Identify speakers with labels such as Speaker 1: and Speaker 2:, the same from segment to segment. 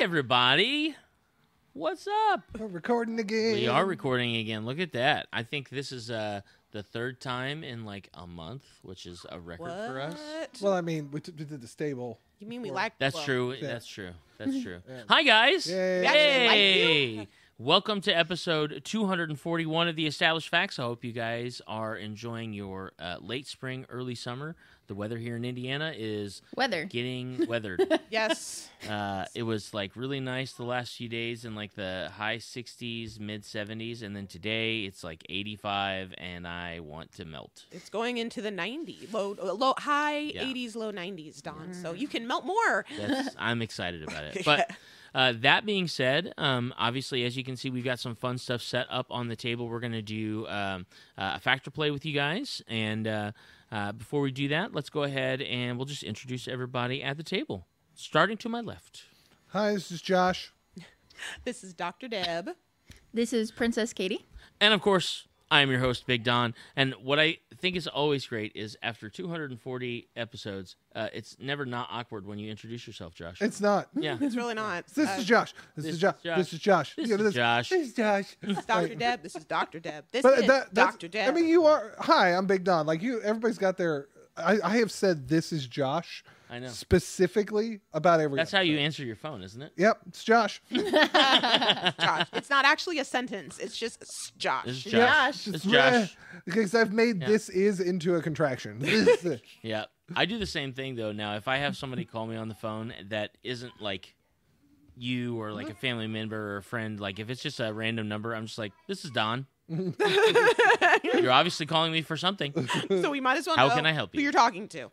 Speaker 1: everybody. What's up?
Speaker 2: We're recording again.
Speaker 1: We are recording again. Look at that. I think this is uh the third time in like a month, which is a record for us.
Speaker 2: Well, I mean, we, t- we did the stable.
Speaker 3: You mean we
Speaker 2: Well,
Speaker 3: like?
Speaker 1: That's
Speaker 3: well,
Speaker 1: true.
Speaker 2: Yeah.
Speaker 1: That's true. That's true.
Speaker 2: Yeah.
Speaker 1: Hi guys.
Speaker 2: Yay. We
Speaker 3: actually like
Speaker 1: Hey.
Speaker 3: you.
Speaker 1: Welcome to episode 241 of the Established Facts. I hope you guys are enjoying your uh, late spring, early summer. The weather here in Indiana is
Speaker 4: Weather.
Speaker 1: getting weathered.
Speaker 3: Yes.
Speaker 1: Uh, it was like really nice the last few days in like the high 60s, mid 70s, and then today it's like 85, and I want to melt.
Speaker 3: it's going into the 90 low, uh, low high
Speaker 1: Yeah.
Speaker 3: 80s, low 90s, Don. So you can melt more.
Speaker 1: That's, I'm excited about it. But uh, that being said, um, obviously, as you can see, we've got some fun stuff set up on the table. We're going to do um, uh, a factor play with you guys, and uh, uh, before we do that, let's go ahead and we'll just introduce everybody at the table, starting to my left.
Speaker 2: Hi, this is Josh.
Speaker 3: This is Dr. Deb.
Speaker 4: This is Princess Katie.
Speaker 1: And of course, I am your host, Big Don. And what I think is always great is after 240 episodes, uh, it's never not awkward when you introduce yourself, Josh.
Speaker 2: It's not.
Speaker 1: yeah.
Speaker 3: It's really not.
Speaker 2: This
Speaker 3: Uh,
Speaker 2: is Josh. This,
Speaker 1: this
Speaker 2: is Josh.
Speaker 1: is Josh.
Speaker 2: This is Josh.
Speaker 1: This
Speaker 2: You know,
Speaker 1: is Josh.
Speaker 2: This is Josh.
Speaker 3: it's Dr. Deb. This is Dr. Deb. This
Speaker 2: But uh,
Speaker 3: is
Speaker 2: that, that's,
Speaker 3: Dr. Deb.
Speaker 2: I mean, you are. Hi, I'm Big Don. Like you, everybody's got their. I, I have said this is Josh.
Speaker 1: I know.
Speaker 2: specifically about every.
Speaker 1: That's how you answer your phone, isn't it?
Speaker 2: Yep, it's Josh.
Speaker 3: Josh. It's not actually a sentence. It's just s- Josh.
Speaker 1: This is
Speaker 2: Yeah,
Speaker 1: Josh.
Speaker 2: just
Speaker 1: It's Josh.
Speaker 2: bleh, Because I've made
Speaker 1: Yeah.
Speaker 2: this is into a contraction. This is-
Speaker 1: Yeah. I do the same thing, though, now. If I have somebody call me on the phone that isn't like you or like a family member or a friend, like if it's just a random number, I'm just like, this is Don. You're obviously calling me for something.
Speaker 3: So we might as well
Speaker 1: How
Speaker 3: know
Speaker 1: can I help
Speaker 3: who
Speaker 1: you?
Speaker 3: you're talking to.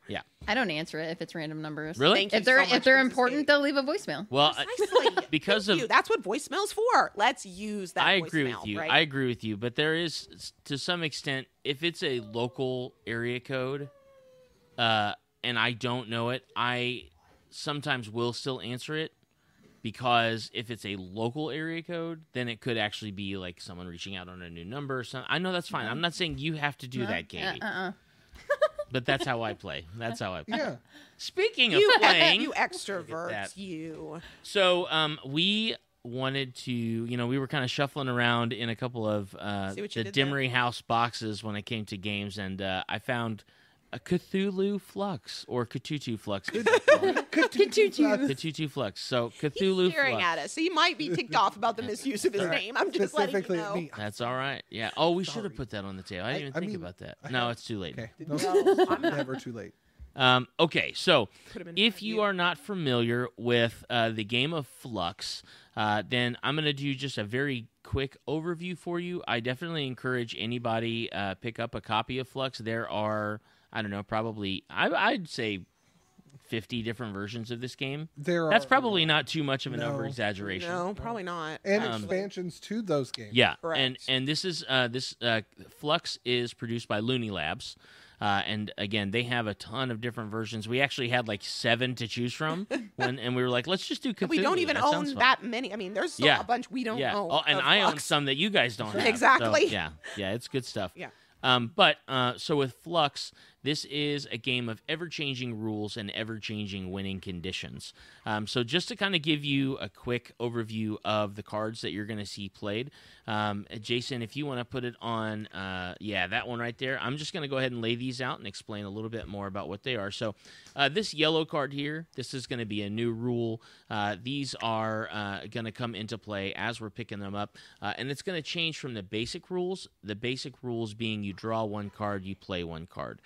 Speaker 4: I don't answer it if it's random numbers.
Speaker 1: Really?
Speaker 3: Thank you
Speaker 4: If they're
Speaker 3: so much,
Speaker 4: if they're
Speaker 3: Mrs.
Speaker 4: important,
Speaker 3: Katie.
Speaker 4: they'll leave a voicemail.
Speaker 1: Well, I-
Speaker 3: Precisely.
Speaker 1: because
Speaker 3: Thank
Speaker 1: of
Speaker 3: you. that's what voicemail's for. Let's use that
Speaker 1: I agree
Speaker 3: voicemail,
Speaker 1: with you.
Speaker 3: right?
Speaker 1: I agree with you, but there is s- to some extent if it's a local area code uh and I don't know it, I sometimes will still answer it because if it's a local area code, then it could actually be like someone reaching out on a new number or something. I know that's
Speaker 3: Mm-hmm.
Speaker 1: fine. I'm not saying you have to do that, Katie,
Speaker 4: Uh
Speaker 3: Uh-uh.
Speaker 4: uh.
Speaker 1: but that's how I play. That's how I play.
Speaker 2: yeah.
Speaker 1: Speaking of
Speaker 3: you, e,
Speaker 1: playing,
Speaker 3: you extroverts,
Speaker 1: that.
Speaker 3: you.
Speaker 1: so um, we wanted to, you know, we were kind of shuffling around in a couple of uh,
Speaker 3: See what you
Speaker 1: the
Speaker 3: did there?
Speaker 1: Dimery House boxes when it came to games, and uh, I found a Cthulhu Flux or Cthulhu Flux.
Speaker 4: Cthulhu.
Speaker 1: Cthulhu Flux. So
Speaker 3: He's
Speaker 1: Cthulhu
Speaker 3: staring
Speaker 1: Flux.
Speaker 3: at us. He might be ticked off about the misuse of his name. I'm just letting you
Speaker 2: Specifically
Speaker 3: know.
Speaker 2: me.
Speaker 1: That's all right. Yeah. Oh, we should have
Speaker 2: Sorry.
Speaker 1: put that on the table. I didn't
Speaker 2: I-
Speaker 1: even
Speaker 2: I
Speaker 1: think
Speaker 2: mean,
Speaker 1: about that.
Speaker 2: I
Speaker 1: no,
Speaker 2: have-
Speaker 1: it's too late.
Speaker 2: Okay. No,
Speaker 3: No, I'm not.
Speaker 2: never too late.
Speaker 1: Um, okay, so
Speaker 3: Put 'em in front
Speaker 1: if
Speaker 3: of
Speaker 1: you
Speaker 3: you.
Speaker 1: are not familiar with uh, the game of Flux, uh, then I'm going to do just a very quick overview for you. I definitely encourage anybody uh, pick up a copy of Flux. There are, I don't know, probably I, I'd say 50 different versions of this game.
Speaker 2: There
Speaker 1: That's
Speaker 2: are-
Speaker 1: probably not too much of a number
Speaker 2: No.
Speaker 1: exaggeration.
Speaker 3: No, probably not.
Speaker 2: and
Speaker 3: actually.
Speaker 2: expansions to those games.
Speaker 1: Yeah, and
Speaker 3: Correct.
Speaker 1: and this is uh, this uh, Flux is produced by Looney Labs, uh, and again they have a ton of different versions. We actually had like seven to choose from, when and we were like, let's just do. Cthulhu.
Speaker 3: we don't even
Speaker 1: that sounds fun."
Speaker 3: own that many. I mean, there's still
Speaker 1: Yeah.
Speaker 3: a bunch we don't
Speaker 1: yeah,
Speaker 3: own.
Speaker 1: oh, and
Speaker 3: of
Speaker 1: I own
Speaker 3: Flux.
Speaker 1: some that you guys don't have. so,
Speaker 3: Exactly.
Speaker 1: yeah, yeah, it's good stuff.
Speaker 3: Yeah.
Speaker 1: Um, but uh, so with Flux, this is a game of ever changing rules and ever changing winning conditions. Um, so, just to kind of give you a quick overview of the cards that you're going to see played, um, Jason, if you want to put it on, uh, yeah, that one right there, I'm just going to go ahead and lay these out and explain a little bit more about what they are. So, uh, this yellow card here, this is going to be a new rule. Uh, these are uh, going to come into play as we're picking them up, uh, and it's going to change from the basic rules. The basic rules being you draw one card, you play one card.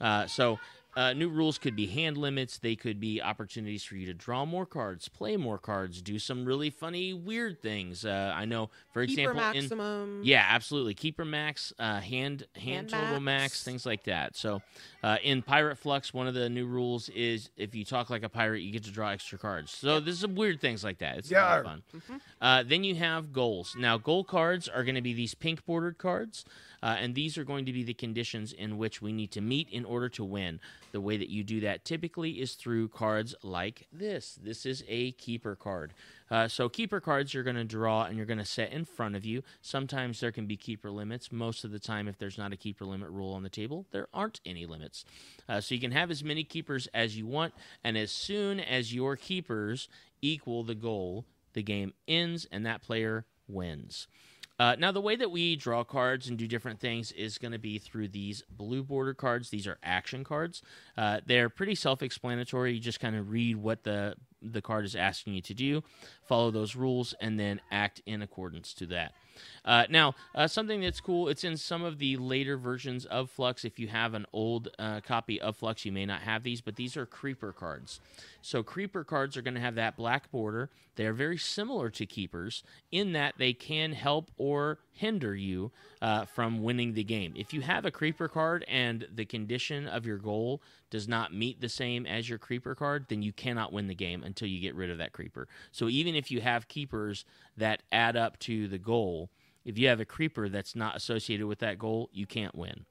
Speaker 1: Uh, so. Uh, new rules could be hand limits. They could be opportunities for you to draw more cards, play more cards, do some really funny, weird things. Uh, I know, for
Speaker 3: Keeper
Speaker 1: example, in
Speaker 3: maximum.
Speaker 1: yeah, absolutely. Keeper max, uh, hand hand
Speaker 3: Mm. Hand
Speaker 1: total max,
Speaker 3: max.
Speaker 1: things like that. So, uh, in Pirate Flux, one of the new rules is if you talk like a pirate, you get to draw extra cards. So there's some weird things like that. It's a lot
Speaker 2: Yarr.
Speaker 1: of fun. Uh, then you have goals. Now, goal cards are going to be these pink bordered cards, uh, and these are going to be the conditions in which we need to meet in order to win. The way that you do that typically is through cards like this. This is a keeper card. Uh, so, keeper cards you're going to draw and you're going to set in front of you. Sometimes there can be keeper limits. Most of the time, if there's not a keeper limit rule on the table, there aren't any limits. Uh, so, you can have as many keepers as you want, and as soon as your keepers equal the goal, the game ends and that player wins. Uh, now, the way that we draw cards and do different things is going to be through these blue border cards. These are action cards. Uh, they're pretty self-explanatory. You just kind of read what the the card is asking you to do, follow those rules, and then act in accordance to that. Uh, now, uh, something that's cool, it's in some of the later versions of Flux. If you have an old uh, copy of Flux, you may not have these, but these are Creeper cards. So, Creeper cards are going to have that black border. They are very similar to Keepers in that they can help or hinder you uh, from winning the game. If you have a Creeper card and the condition of your goal does not meet the same as your Creeper card, then you cannot win the game until you get rid of that Creeper. So, even if you have Keepers that add up to the goal, if you have a creeper that's not associated with that goal, you can't win.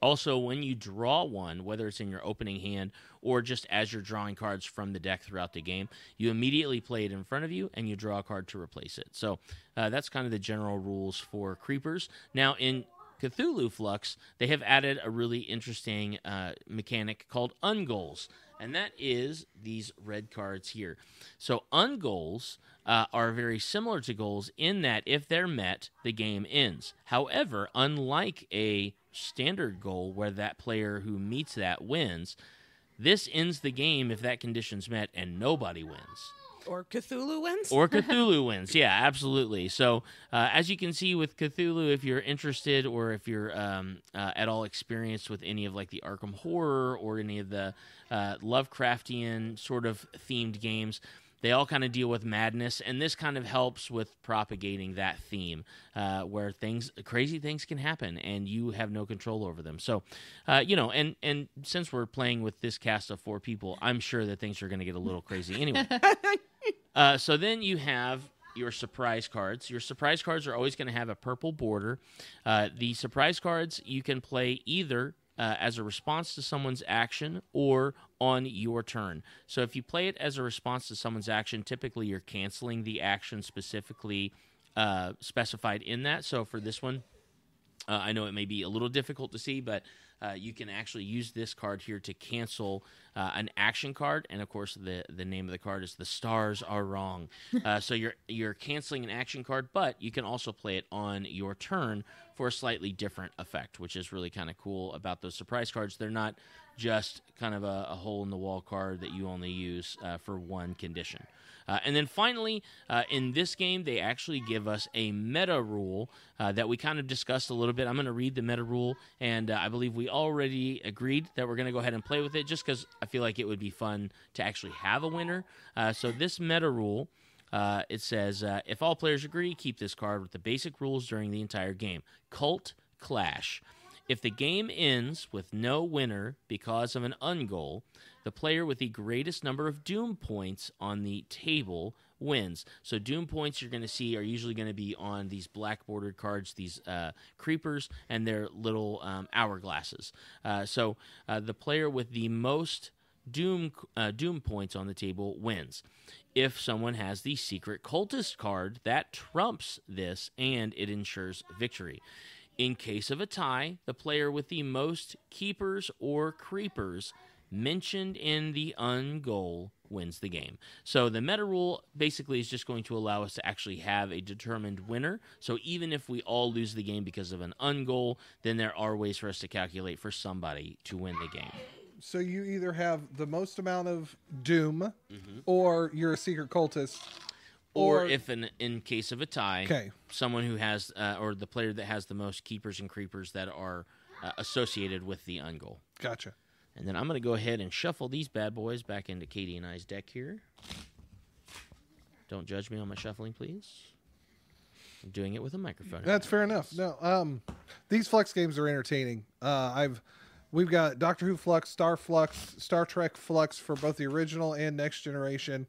Speaker 1: Also, when you draw one, whether it's in your opening hand or just as you're drawing cards from the deck throughout the game, you immediately play it in front of you and you draw a card to replace it. So uh, that's kind of the general rules for creepers. Now, in Cthulhu Flux, they have added a really interesting uh, mechanic called ungoals, and that is these red cards here. So ungoals uh, are very similar to goals in that if they're met, the game ends. However, unlike a standard goal where that player who meets that wins, this ends the game if that condition's met and nobody wins.
Speaker 3: Or Cthulhu wins?
Speaker 1: Or Cthulhu wins. Yeah, absolutely. So, uh, as you can see with Cthulhu, if you're interested or if you're um, uh, at all experienced with any of like the Arkham Horror or any of the uh, Lovecraftian sort of themed games, they all kind of deal with madness, and this kind of helps with propagating that theme, uh, where things, crazy things can happen, and you have no control over them. So, uh, you know, and and since we're playing with this cast of four people, I'm sure that things are going to get a little crazy anyway. uh, so then you have your surprise cards. Your surprise cards are always going to have a purple border. Uh, the surprise cards you can play either uh, as a response to someone's action or on your turn. So if you play it as a response to someone's action, typically you're canceling the action specifically uh, specified in that. So for this one, uh, I know it may be a little difficult to see, but uh, you can actually use this card here to cancel uh, an action card, and of course, the the name of the card is "The Stars Are Wrong." uh, so you're you're canceling an action card, but you can also play it on your turn for a slightly different effect, which is really kind of cool about those surprise cards. They're not just kind of a, a hole in the wall card that you only use uh, for one condition. Uh, and then finally, uh, in this game, they actually give us a meta rule uh, that we kind of discussed a little bit. I'm going to read the meta rule, and uh, I believe we already agreed that we're going to go ahead and play with it just because I feel like it would be fun to actually have a winner. Uh, so, this meta rule. Uh, it says uh, if all players agree, keep this card with the basic rules during the entire game. Cult Clash. If the game ends with no winner because of an ungoal, the player with the greatest number of doom points on the table wins. So doom points you're going to see are usually going to be on these black bordered cards, these uh, creepers, and their little um, hourglasses. Uh, so uh, the player with the most doom uh, doom points on the table wins. If someone has the secret cultist card, that trumps this and it ensures victory. In case of a tie, the player with the most keepers or creepers mentioned in the ungoal wins the game. So the meta rule basically is just going to allow us to actually have a determined winner. So even if we all lose the game because of an ungoal, then there are ways for us to calculate for somebody to win the game.
Speaker 2: So you either have the most amount of doom, or you're a secret cultist.
Speaker 1: Mm-hmm. or
Speaker 2: Or-
Speaker 1: if in, in case of a tie
Speaker 2: Okay.
Speaker 1: someone who has uh, or the player that has the most keepers and creepers that are uh, associated with the ungoal
Speaker 2: Gotcha.
Speaker 1: and then i'm going to go ahead and shuffle these bad boys back into katie and i's deck here don't judge me on my shuffling please i'm doing it with a microphone
Speaker 2: That's fair enough. No, um, these Flux games are entertaining. Uh, I've we've got Doctor Who Flux, Star Flux, Star Trek Flux for both the original and next generation.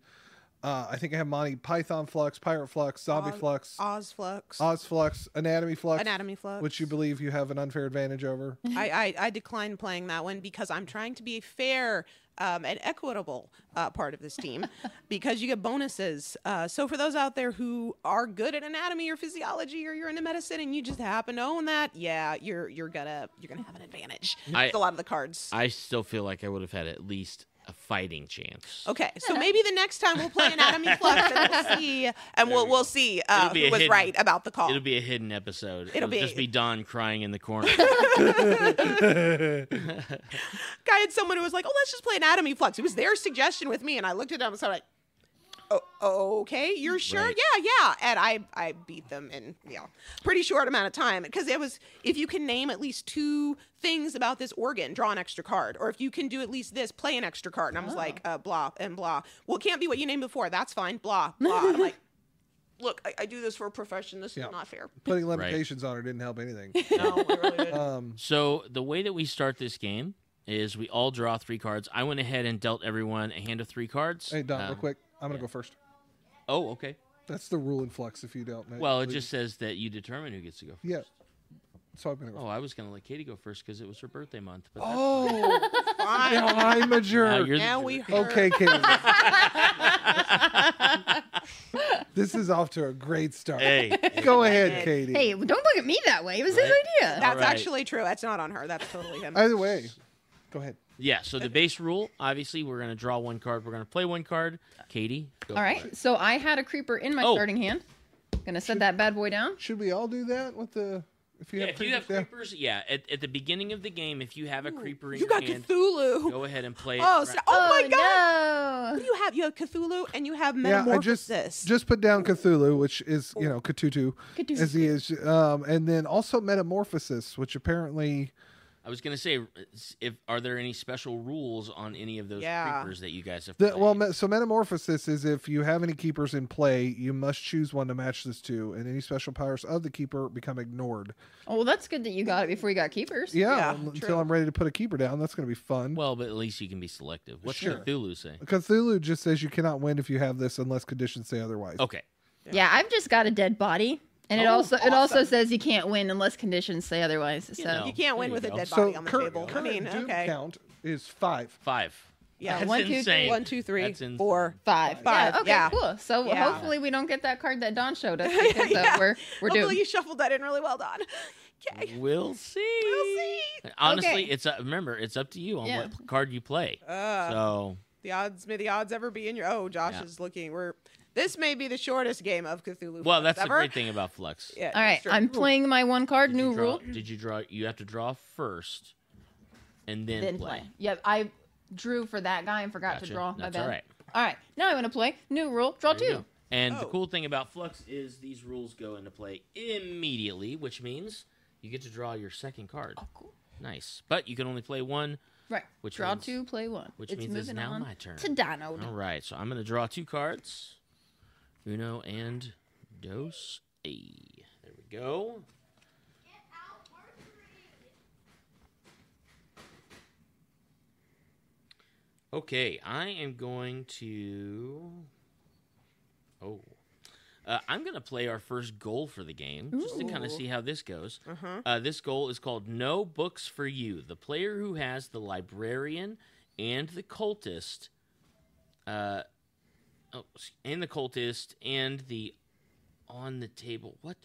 Speaker 2: Uh, I think I have Monty Python Flux, Pirate Flux, Zombie
Speaker 3: Oz-
Speaker 2: Flux,
Speaker 3: Oz Flux.
Speaker 2: Oz Flux, Anatomy Flux,
Speaker 3: Anatomy Flux.
Speaker 2: which you believe you have an unfair advantage over.
Speaker 3: I, I, I decline playing that one because I'm trying to be a fair um, and equitable uh, part of this team because you get bonuses. Uh, so, for those out there who are good at anatomy or physiology or you're into medicine and you just happen to own that, yeah, you're you're gonna you're gonna have an advantage.
Speaker 1: I-
Speaker 3: It's a lot of the cards.
Speaker 1: i still feel like i would have had at least a fighting chance.
Speaker 3: Okay, so maybe the next time we'll play Anatomy Flux and we'll see, and we'll we'll see uh,
Speaker 1: It'll be
Speaker 3: who
Speaker 1: a
Speaker 3: was
Speaker 1: hidden-
Speaker 3: right about the call.
Speaker 1: It'll be a hidden episode.
Speaker 3: It'll
Speaker 1: It'll, just
Speaker 3: be-
Speaker 1: be Don crying in the corner.
Speaker 3: I had someone who was like, "Oh, let's just play Anatomy Flux." It was their suggestion with me, and I looked at them and was like, "Oh, okay, you're sure?
Speaker 1: Right.
Speaker 3: Yeah, yeah." And I I beat them in yeah, pretty short amount of time because it was if you can name at least two things about this organ, draw an extra card, or if you can do at least this, play an extra card. And I was like, uh, "Blah and blah." Well, it can't be what you named before. That's fine. Blah blah. I'm like. Look, I, I do this for a profession. This
Speaker 2: Yeah.
Speaker 3: is not fair.
Speaker 2: Putting limitations on her didn't help anything.
Speaker 3: No, I really didn't.
Speaker 2: Um,
Speaker 1: so the way that we start this game is we all draw three cards. I went ahead and dealt everyone a hand of three cards.
Speaker 2: hey, Don, real
Speaker 1: Um,
Speaker 2: quick, I'm gonna go first.
Speaker 1: Oh, okay.
Speaker 2: That's the rule in flux. If you don't, know,
Speaker 1: Well, it
Speaker 2: please.
Speaker 1: just says that you determine who gets to go first.
Speaker 2: yeah. So I'm gonna go.
Speaker 1: Oh, I was going to let Katie go first because it was her birthday month. But that's-
Speaker 2: Oh,
Speaker 3: Fine.
Speaker 2: now I'm a
Speaker 1: now
Speaker 2: jerk.
Speaker 1: you're the
Speaker 3: Now
Speaker 1: jerk.
Speaker 3: we heard.
Speaker 2: Okay, Katie. this is off to a great start.
Speaker 1: Hey.
Speaker 2: Go ahead, Katie.
Speaker 4: Hey, don't look at me that way. It was his
Speaker 1: Right.
Speaker 4: idea.
Speaker 1: That-
Speaker 3: That's
Speaker 1: All right.
Speaker 3: actually true. That's not on her. That's totally him.
Speaker 2: Either way, go ahead.
Speaker 1: Yeah, so the base rule, obviously, we're going to draw one card. We're going to play one card. Katie, go
Speaker 4: All
Speaker 1: for
Speaker 4: right.
Speaker 1: it.
Speaker 4: So I had a creeper in my
Speaker 1: Oh.
Speaker 4: starting hand. Gonna set that bad boy down.
Speaker 2: Should we all do that with the? If you
Speaker 1: Yeah,
Speaker 2: have,
Speaker 1: if you have
Speaker 2: yeah.
Speaker 1: creepers, yeah, at, at the beginning of the game, if you have a creeper in
Speaker 3: You
Speaker 1: your
Speaker 3: got
Speaker 1: hand,
Speaker 3: Cthulhu.
Speaker 1: go ahead and play it.
Speaker 3: Oh,
Speaker 1: right-
Speaker 3: snap. Oh, my god!
Speaker 4: No.
Speaker 3: What do you have? You have Cthulhu and you have
Speaker 2: Yeah, I
Speaker 3: Metamorphosis.
Speaker 2: just just put down Cthulhu, which is you know Cthulhu,
Speaker 4: Cthulhu.
Speaker 2: as he is, um, and then also Metamorphosis, which apparently
Speaker 1: I was gonna say, if are there any special rules on any of those
Speaker 3: Yeah.
Speaker 1: creepers that you guys have?
Speaker 2: the, well,
Speaker 1: played?
Speaker 2: me- so Metamorphosis is if you have any keepers in play, you must choose one to match this to, and any special powers of the keeper become ignored.
Speaker 4: Oh, well, that's good that you got it before you got keepers.
Speaker 2: Yeah,
Speaker 3: Yeah,
Speaker 2: un-
Speaker 3: true.
Speaker 2: until I'm ready to put a keeper down, that's going to be fun.
Speaker 1: well, but at least you can be selective. What's
Speaker 2: Sure.
Speaker 1: Cthulhu say?
Speaker 2: Cthulhu just says you cannot win if you have this unless conditions say otherwise.
Speaker 1: Okay,
Speaker 4: Yeah, I've just got a dead body, and it
Speaker 3: Oh,
Speaker 4: also it also
Speaker 3: awesome.
Speaker 4: says you can't win unless conditions say otherwise. So
Speaker 1: know.
Speaker 3: you can't win
Speaker 1: There
Speaker 3: with
Speaker 1: you
Speaker 3: a
Speaker 1: go.
Speaker 3: dead
Speaker 2: So
Speaker 3: body on the
Speaker 2: current,
Speaker 3: table. I
Speaker 2: current
Speaker 3: mean,
Speaker 2: doom
Speaker 3: okay.
Speaker 2: count is five.
Speaker 1: five.
Speaker 3: Yeah.
Speaker 1: That's
Speaker 4: One, two, three.
Speaker 1: insane.
Speaker 3: One, two, three,
Speaker 1: That's ins-
Speaker 3: four.
Speaker 4: five.
Speaker 3: Five,
Speaker 4: Yeah, okay,
Speaker 3: yeah.
Speaker 4: cool. So
Speaker 3: Yeah.
Speaker 4: hopefully we don't get that card that Don showed us because uh, we're we're
Speaker 3: Hopefully
Speaker 4: doomed.
Speaker 3: you shuffled that in really well, Don. Okay.
Speaker 1: We'll see.
Speaker 3: We'll see.
Speaker 1: Honestly,
Speaker 4: Okay.
Speaker 1: it's uh, remember it's up to you on
Speaker 4: Yeah.
Speaker 1: what card you play.
Speaker 3: Uh,
Speaker 1: so
Speaker 3: The odds, may the odds ever be in your. Oh, Josh
Speaker 1: Yeah.
Speaker 3: is looking. We're. This may be the shortest game of Cthulhu.
Speaker 1: well,
Speaker 3: Flux
Speaker 1: that's the
Speaker 3: ever.
Speaker 1: great thing about Flux.
Speaker 3: Yeah,
Speaker 4: All right,
Speaker 3: it's true.
Speaker 4: I'm playing my one card
Speaker 1: Did you
Speaker 4: new
Speaker 1: draw-
Speaker 4: rule.
Speaker 1: Did you draw? You have to draw first, and then,
Speaker 4: Then play. Yep, I drew for that guy and forgot
Speaker 1: Gotcha.
Speaker 4: to draw. my
Speaker 1: That's
Speaker 4: bad.
Speaker 1: all right.
Speaker 4: All right, now I'm gonna play new rule. Draw
Speaker 1: There you
Speaker 4: two.
Speaker 1: go. And the
Speaker 3: Oh.
Speaker 1: cool thing about Flux is these rules go into play immediately, which means you get to draw your second card.
Speaker 4: Oh, cool.
Speaker 1: Nice. But you can only play one,
Speaker 4: Right.
Speaker 1: Which
Speaker 4: draw
Speaker 1: means-
Speaker 4: two, play one.
Speaker 1: which
Speaker 4: it's
Speaker 1: means it's
Speaker 4: moving
Speaker 1: now
Speaker 4: on
Speaker 1: my turn.
Speaker 4: to Donald.
Speaker 1: All right, so I'm going to draw two cards Uno and Dos A. There we go. Okay, I am going to. Oh. Uh, I'm going to play our first goal for the game just to kind of see how this goes.
Speaker 3: Uh-huh.
Speaker 1: Uh, this goal is called No Books for You. The player who has the librarian and the cultist, uh, oh, s- and the cultist and the on the table. What?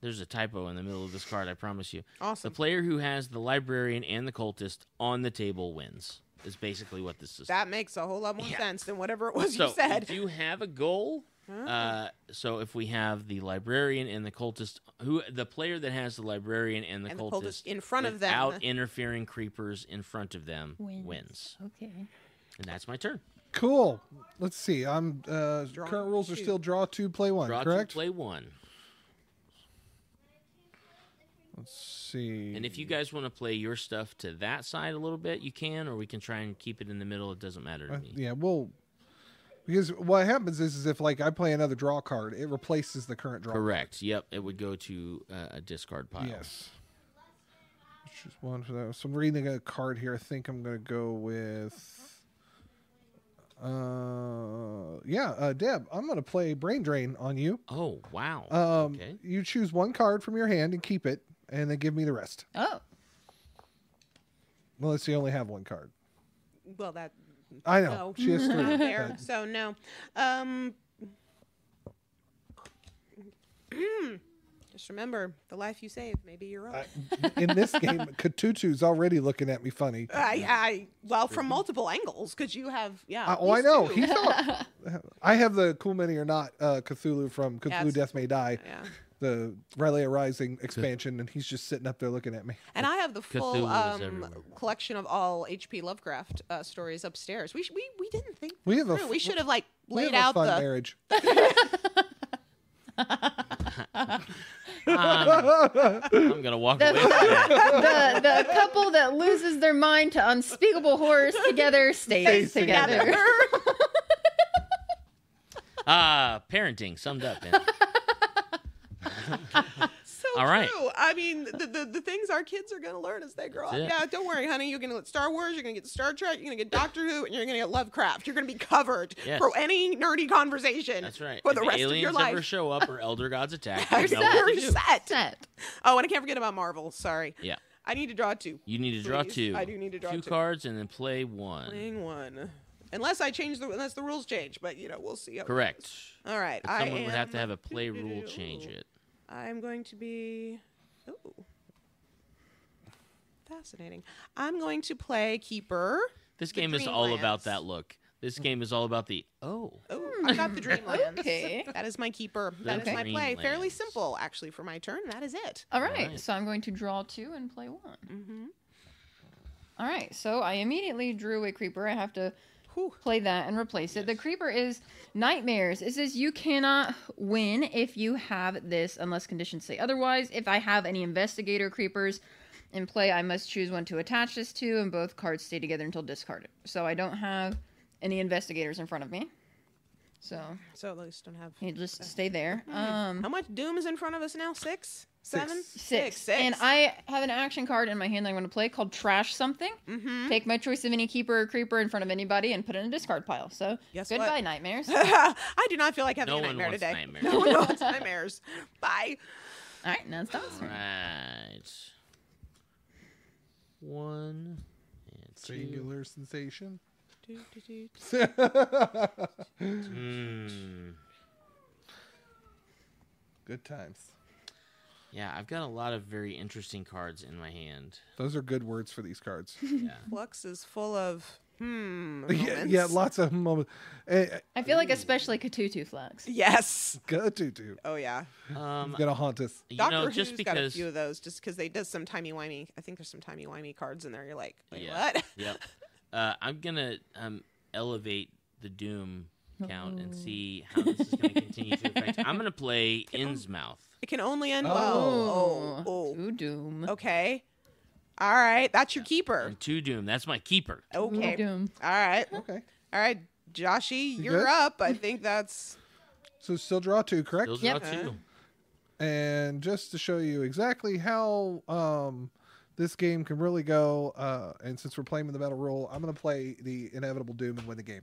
Speaker 1: There's a typo in the middle of this card, I promise you. The
Speaker 3: Awesome.
Speaker 1: player who has the librarian and the cultist on the table wins, is basically what this is.
Speaker 3: That makes a whole lot more
Speaker 1: Yeah.
Speaker 3: sense than whatever it was
Speaker 1: so,
Speaker 3: you said.
Speaker 1: do you have a goal? Uh, so if we have the librarian and the cultist, who the player that has the librarian and the
Speaker 3: and the
Speaker 1: cultist,
Speaker 3: cultist in front of them.
Speaker 1: without interfering creepers in front of them, wins.
Speaker 4: Okay.
Speaker 1: And that's my turn.
Speaker 2: Cool. Let's see. I'm uh,
Speaker 3: Draw
Speaker 2: current rules are
Speaker 3: two.
Speaker 2: still draw two, play one.
Speaker 1: Draw
Speaker 2: correct.
Speaker 1: two, play one.
Speaker 2: Let's see.
Speaker 1: And if
Speaker 3: Mm-hmm.
Speaker 1: you guys want to play your stuff to that side a little bit, you can, or we can try and keep it in the middle. It doesn't matter to
Speaker 2: Uh,
Speaker 1: me.
Speaker 2: yeah, well, because what happens is, is if like I play another draw card, it replaces the current draw.
Speaker 1: Correct. Yep. It would go to uh, a discard pile.
Speaker 2: Yes. Let's Choose one for that. So I'm reading a card here. I think I'm gonna go with. Uh, yeah, uh, Deb, I'm gonna play Brain Drain on you.
Speaker 1: Oh wow.
Speaker 2: Um,
Speaker 1: okay.
Speaker 2: you choose one card from your hand and keep it, and then give me the rest.
Speaker 4: Oh.
Speaker 2: Unless you only have one card.
Speaker 3: well, that
Speaker 2: I know
Speaker 3: No.
Speaker 2: Oh, she has three. Uh,
Speaker 3: not there.
Speaker 2: but-
Speaker 3: So no. Um Just remember, the life you save, maybe you're own.
Speaker 2: In this game, Katutu's already looking at me funny.
Speaker 3: I, I, well, from
Speaker 1: Mm-hmm.
Speaker 3: multiple angles, because you have, yeah.
Speaker 2: I,
Speaker 3: at
Speaker 2: oh, I
Speaker 3: least
Speaker 2: know.
Speaker 3: two.
Speaker 2: He's all, I have the cool many or not uh, Cthulhu from Cthulhu
Speaker 3: Yes.
Speaker 2: Death May Die,
Speaker 3: Yeah.
Speaker 2: the Rylea Rising expansion, and he's just sitting up there looking at me.
Speaker 3: And I have the full
Speaker 1: Cthulhu is
Speaker 3: um,
Speaker 1: everywhere.
Speaker 3: collection of all H.P. Lovecraft uh, stories upstairs. We, sh- we we didn't think
Speaker 2: We have a
Speaker 3: through.
Speaker 2: f-
Speaker 3: we should have like
Speaker 2: We have
Speaker 3: laid
Speaker 2: a
Speaker 3: out
Speaker 2: fun
Speaker 3: the
Speaker 2: marriage.
Speaker 1: I'm gonna walk away. From that.
Speaker 4: the the couple that loses their mind to unspeakable horrors together stays together.
Speaker 1: Ah, parenting summed up. In.
Speaker 3: So
Speaker 1: All right.
Speaker 3: true. I mean, the, the, the things our kids are going to learn as they grow
Speaker 1: That's
Speaker 3: up.
Speaker 1: it.
Speaker 3: Yeah, don't worry, honey. You're going to get Star Wars. You're going to get Star Trek. You're going to get Doctor Who, and you're going to get Lovecraft. You're going to be covered
Speaker 1: Yes.
Speaker 3: for any nerdy conversation.
Speaker 1: That's right.
Speaker 3: For
Speaker 1: If
Speaker 3: the rest
Speaker 1: aliens
Speaker 3: of your
Speaker 1: ever
Speaker 3: life.
Speaker 1: show up or elder gods attack,
Speaker 3: You're
Speaker 1: you know what to do.
Speaker 3: set. You're set.
Speaker 4: Set.
Speaker 3: Oh, and I can't forget about Marvel. Sorry.
Speaker 1: Yeah,
Speaker 3: I need to draw two.
Speaker 1: you need to draw
Speaker 3: Please.
Speaker 1: two.
Speaker 3: I do need to draw
Speaker 1: two
Speaker 3: two.
Speaker 1: cards and then play one.
Speaker 3: Playing one. Unless I change the unless the rules change, but you know we'll see. How it
Speaker 1: Correct.
Speaker 3: goes. All right. I
Speaker 1: Someone would have to have
Speaker 3: am-
Speaker 1: a play rule change it.
Speaker 3: I'm going to be. Oh. Fascinating. I'm going to play Keeper.
Speaker 1: This
Speaker 3: The
Speaker 1: game is all about
Speaker 3: Dreamlands.
Speaker 1: that look. This game is all about the oh.
Speaker 3: Oh, I got the Dreamlands.
Speaker 4: Okay.
Speaker 3: That is my Keeper. That is
Speaker 4: Okay.
Speaker 3: my play. Fairly
Speaker 1: Dreamlands.
Speaker 3: simple, actually, for my turn. That is it.
Speaker 4: All right,
Speaker 1: right.
Speaker 4: so I'm going to draw two and play one.
Speaker 3: Mm-hmm.
Speaker 4: All right, so I immediately drew a creeper. I have to
Speaker 3: Whew.
Speaker 4: play that and replace it. The creeper is nightmares. It says you cannot win if you have this unless conditions say otherwise. If I have any investigator creepers in play, I must choose one to attach this to, and both cards stay together until discarded. So I don't have any investigators in front of me. So
Speaker 3: So at least don't have.
Speaker 4: you just stay there.
Speaker 3: Hmm.
Speaker 4: Um,
Speaker 3: How much Doom is in front of us now? Six? Seven?
Speaker 4: six.
Speaker 3: Six. six.
Speaker 4: And I have an action card in my hand that I'm going to play called Trash Something.
Speaker 3: Mhm.
Speaker 4: Take my choice of any keeper or creeper in front of anybody and put it in a discard pile. So
Speaker 3: Guess
Speaker 4: goodbye,
Speaker 3: what?
Speaker 4: nightmares. All
Speaker 3: I do not feel like having
Speaker 1: No
Speaker 3: a
Speaker 1: one
Speaker 3: nightmare
Speaker 1: wants
Speaker 3: today.
Speaker 1: nightmares.
Speaker 3: No one wants nightmares. Bye.
Speaker 4: right, now it's Don's turn.
Speaker 1: Right. One and two.
Speaker 2: Singular sensation.
Speaker 3: Do, do, do.
Speaker 2: Hmm.
Speaker 1: Mm.
Speaker 2: Good times.
Speaker 1: Yeah, I've got a lot of very interesting cards in my hand.
Speaker 2: Those are good words for these cards.
Speaker 1: Yeah.
Speaker 3: Flux is full of hmm.
Speaker 2: yeah,
Speaker 3: moments.
Speaker 2: yeah, lots of moments. Eh,
Speaker 4: I feel like especially Katutu Flex.
Speaker 3: Yes.
Speaker 2: go to do.
Speaker 3: Oh yeah.
Speaker 1: Um,
Speaker 2: Gonna haunt us.
Speaker 1: you
Speaker 3: Doctor
Speaker 1: know,
Speaker 3: Who's
Speaker 1: just
Speaker 3: got a
Speaker 1: because.
Speaker 3: few of those, just because they did some timey wimey. I think there's some timey wimey cards in there. You're like, wait,
Speaker 1: yeah.
Speaker 3: what?
Speaker 1: yep. Uh, I'm gonna um, elevate the Doom count and see how this is gonna continue to affect. I'm gonna play Innsmouth.
Speaker 3: It can only end.
Speaker 2: Oh.
Speaker 3: Oh. Oh.
Speaker 4: Ooh, doom.
Speaker 3: Okay. All right. That's your keeper.
Speaker 1: And two Doom. That's my keeper.
Speaker 4: Ooh,
Speaker 3: Okay. All
Speaker 4: doom.
Speaker 3: right. All
Speaker 2: Okay.
Speaker 3: right. Joshy,
Speaker 2: You
Speaker 3: you're
Speaker 2: good?
Speaker 3: up. I think that's
Speaker 2: So still draw two, correct?
Speaker 1: Those
Speaker 4: Yep.
Speaker 1: are all two.
Speaker 2: And just to show you exactly how um, this game can really go, uh, and since we're playing with the metal rule, I'm going to play the Inevitable Doom and win the game.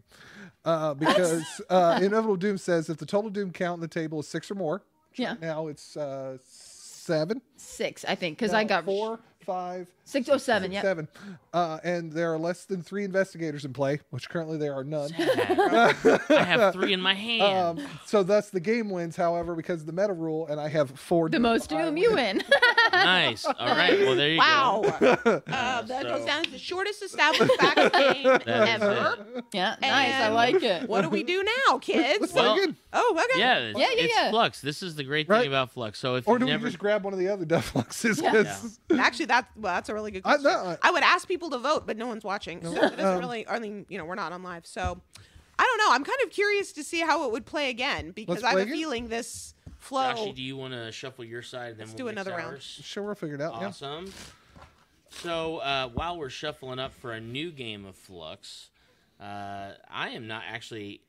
Speaker 2: Uh, because uh, Inevitable Doom says if the total Doom count on the table is six or more,
Speaker 4: Yeah.
Speaker 2: now it's uh, seven.
Speaker 4: Six, I think, because I
Speaker 2: No,
Speaker 4: got
Speaker 2: four, five,
Speaker 4: Six oh seven, yeah.
Speaker 2: seven. Uh, and there are less than three investigators in play, which currently there are none.
Speaker 1: I have three in my hand.
Speaker 2: Um, so thus the game wins, however, because of the meta rule, and I have four.
Speaker 4: The most doom, you win.
Speaker 1: nice. All right. Well, there you
Speaker 3: wow.
Speaker 1: go.
Speaker 3: Uh, that
Speaker 1: So-
Speaker 3: goes down to the shortest established fact game
Speaker 1: That is
Speaker 3: ever.
Speaker 4: yeah, nice. I
Speaker 3: And-
Speaker 4: like it.
Speaker 3: What do we do now, kids?
Speaker 2: Let's
Speaker 1: Well,
Speaker 2: play again.
Speaker 3: oh, okay.
Speaker 1: Yeah. It's,
Speaker 4: Yeah, yeah,
Speaker 1: it's
Speaker 4: yeah.
Speaker 1: Flux. This is the great thing
Speaker 2: Right.
Speaker 1: about Flux. So if
Speaker 2: Or
Speaker 1: you
Speaker 2: do
Speaker 1: never,
Speaker 2: we just grab one of the other duff fluxes?
Speaker 4: Yeah.
Speaker 2: 'Cause-
Speaker 3: Actually, that well, that's a really good
Speaker 2: I-
Speaker 3: question. I,
Speaker 2: no,
Speaker 3: would ask people to vote, but no one's watching, so it doesn't
Speaker 2: Um,
Speaker 3: really. I mean, you know, we're not on live, so I don't know. I'm kind of curious to see how it would play again because
Speaker 2: Let's
Speaker 3: I have
Speaker 2: play
Speaker 3: a
Speaker 2: again?
Speaker 3: feeling this flow.
Speaker 1: Dashi, do you want to shuffle your side? And then
Speaker 3: Let's
Speaker 1: we'll
Speaker 3: do
Speaker 1: mix
Speaker 3: another round.
Speaker 1: ours?
Speaker 2: Sure, we'll figure it out. yeah.
Speaker 1: Awesome. So uh, while we're shuffling up for a new game of Flux, uh, I am not actually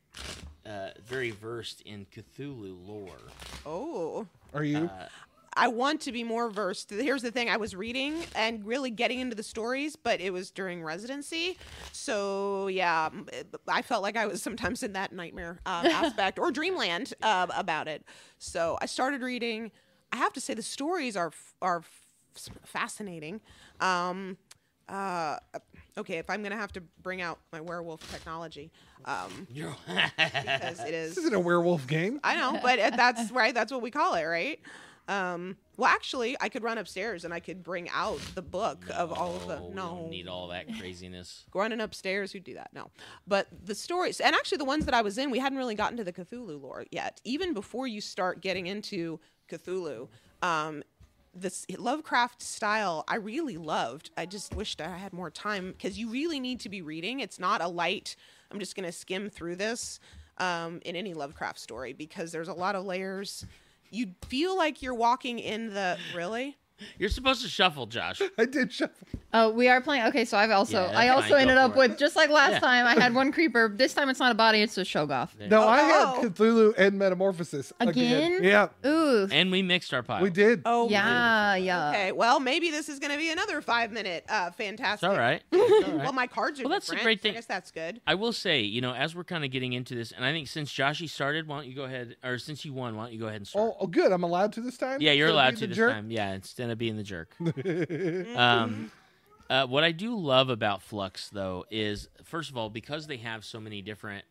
Speaker 1: uh, very versed in Cthulhu lore.
Speaker 3: oh,
Speaker 2: Are you?
Speaker 1: uh,
Speaker 3: I want to be more versed. Here's the thing: I was reading and really getting into the stories, but it was during residency, so yeah, m- it- I felt like I was sometimes in that nightmare um, aspect or dreamland um, about it. So I started reading. I have to say the stories are f- are f- fascinating. Um, uh, okay, if I'm gonna have to bring out my werewolf technology, um,
Speaker 1: You're-
Speaker 3: because it is.
Speaker 2: this isn't a werewolf game.
Speaker 3: uh, I know, but it- that's right. That's what we call it, right? Um, well, actually, I could run upstairs and I could bring out the book of all of the.
Speaker 1: Oh, we
Speaker 3: No,
Speaker 1: don't need all that craziness.
Speaker 3: running upstairs who do that no but the stories and actually the ones that i was in we hadn't really gotten to the cthulhu lore yet even before you start getting into cthulhu um, this lovecraft style i really loved i just wished i had more time because you really need to be reading it's not a light i'm just going to skim through this um, in any lovecraft story because there's a lot of layers you feel like you're walking in the really
Speaker 1: You're supposed to shuffle, Josh.
Speaker 2: I did shuffle.
Speaker 4: Oh, we are playing. Okay, so I've also
Speaker 1: Yeah,
Speaker 4: I
Speaker 1: fine,
Speaker 4: also
Speaker 1: go
Speaker 4: ended
Speaker 1: for
Speaker 4: up
Speaker 1: it.
Speaker 4: with just like last
Speaker 1: Yeah.
Speaker 4: time. I had one creeper. This time it's not a body. It's a Shogoth.
Speaker 2: No, I had
Speaker 3: Oh.
Speaker 2: Cthulhu and Metamorphosis again.
Speaker 4: Again?
Speaker 2: Yeah,
Speaker 4: Ooh.
Speaker 1: And we mixed our pile.
Speaker 2: we did.
Speaker 3: oh
Speaker 4: yeah, yeah.
Speaker 3: okay well maybe this is going to be another five minute uh, fantastic
Speaker 1: It's all right. It's all right.
Speaker 3: Well, my cards are.
Speaker 1: Well, that's the
Speaker 3: different,
Speaker 1: great
Speaker 3: so
Speaker 1: thing.
Speaker 3: I guess that's good.
Speaker 1: I will say, you know, as we're kind of getting into this, and I think since Joshy started, why don't you go ahead, or since you won, why don't you go ahead and start?
Speaker 2: Oh, oh, good. I'm allowed to this time.
Speaker 1: yeah, you're
Speaker 2: Instead
Speaker 1: allowed
Speaker 2: of
Speaker 1: to
Speaker 2: being
Speaker 1: this
Speaker 2: the jerk?
Speaker 1: time. Yeah, instead of being the jerk. um, uh, what I do love about Flux, though, is first of all, because they have so many different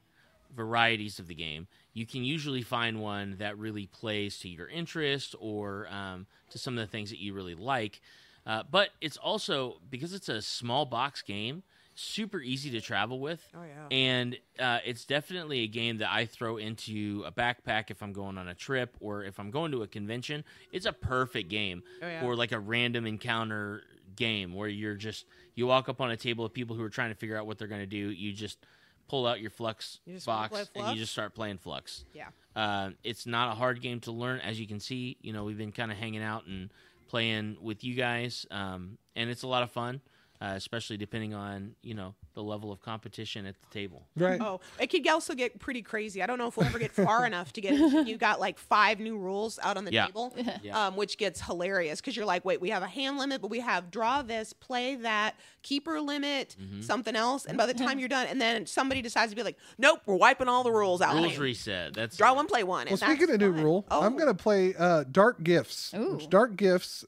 Speaker 1: varieties of the game, you can usually find one that really plays to your interest or um, to some of the things that you really like. Uh, but it's also because it's a small box game, super easy to travel with.
Speaker 3: Oh yeah.
Speaker 1: And uh, it's definitely a game that I throw into a backpack if I'm going on a trip or if I'm going to a convention. It's a perfect game
Speaker 3: Oh, yeah.
Speaker 1: for like a random encounter game where you're just you walk up on a table of people who are trying to figure out what they're going to do. You just pull out your flux
Speaker 3: You just wanna
Speaker 1: box
Speaker 3: play
Speaker 1: and
Speaker 3: Flux?
Speaker 1: you just start playing flux.
Speaker 3: Yeah.
Speaker 1: Uh, it's not a hard game to learn, as you can see. You know, we've been kind of hanging out and playing with you guys, um, and it's a lot of fun, uh, especially depending on you know the level of competition at the table.
Speaker 2: Right.
Speaker 3: Oh, it could also get pretty crazy. I don't know if we'll ever get far enough to get. You got like five new rules out on the
Speaker 1: Yeah.
Speaker 3: table,
Speaker 1: Yeah.
Speaker 3: Um, which gets hilarious because you're like, wait, we have a hand limit, but we have draw this, play that, keeper limit,
Speaker 1: Mm-hmm.
Speaker 3: something else, and by the time you're done, and then somebody decides to be like, nope, we're wiping all the rules out.
Speaker 1: Rules reset. That's
Speaker 3: Draw one, play one.
Speaker 2: Well, speaking of new rule,
Speaker 3: Oh,
Speaker 2: I'm going to play uh, Dark Gifts.
Speaker 4: Ooh.
Speaker 2: Which Dark Gifts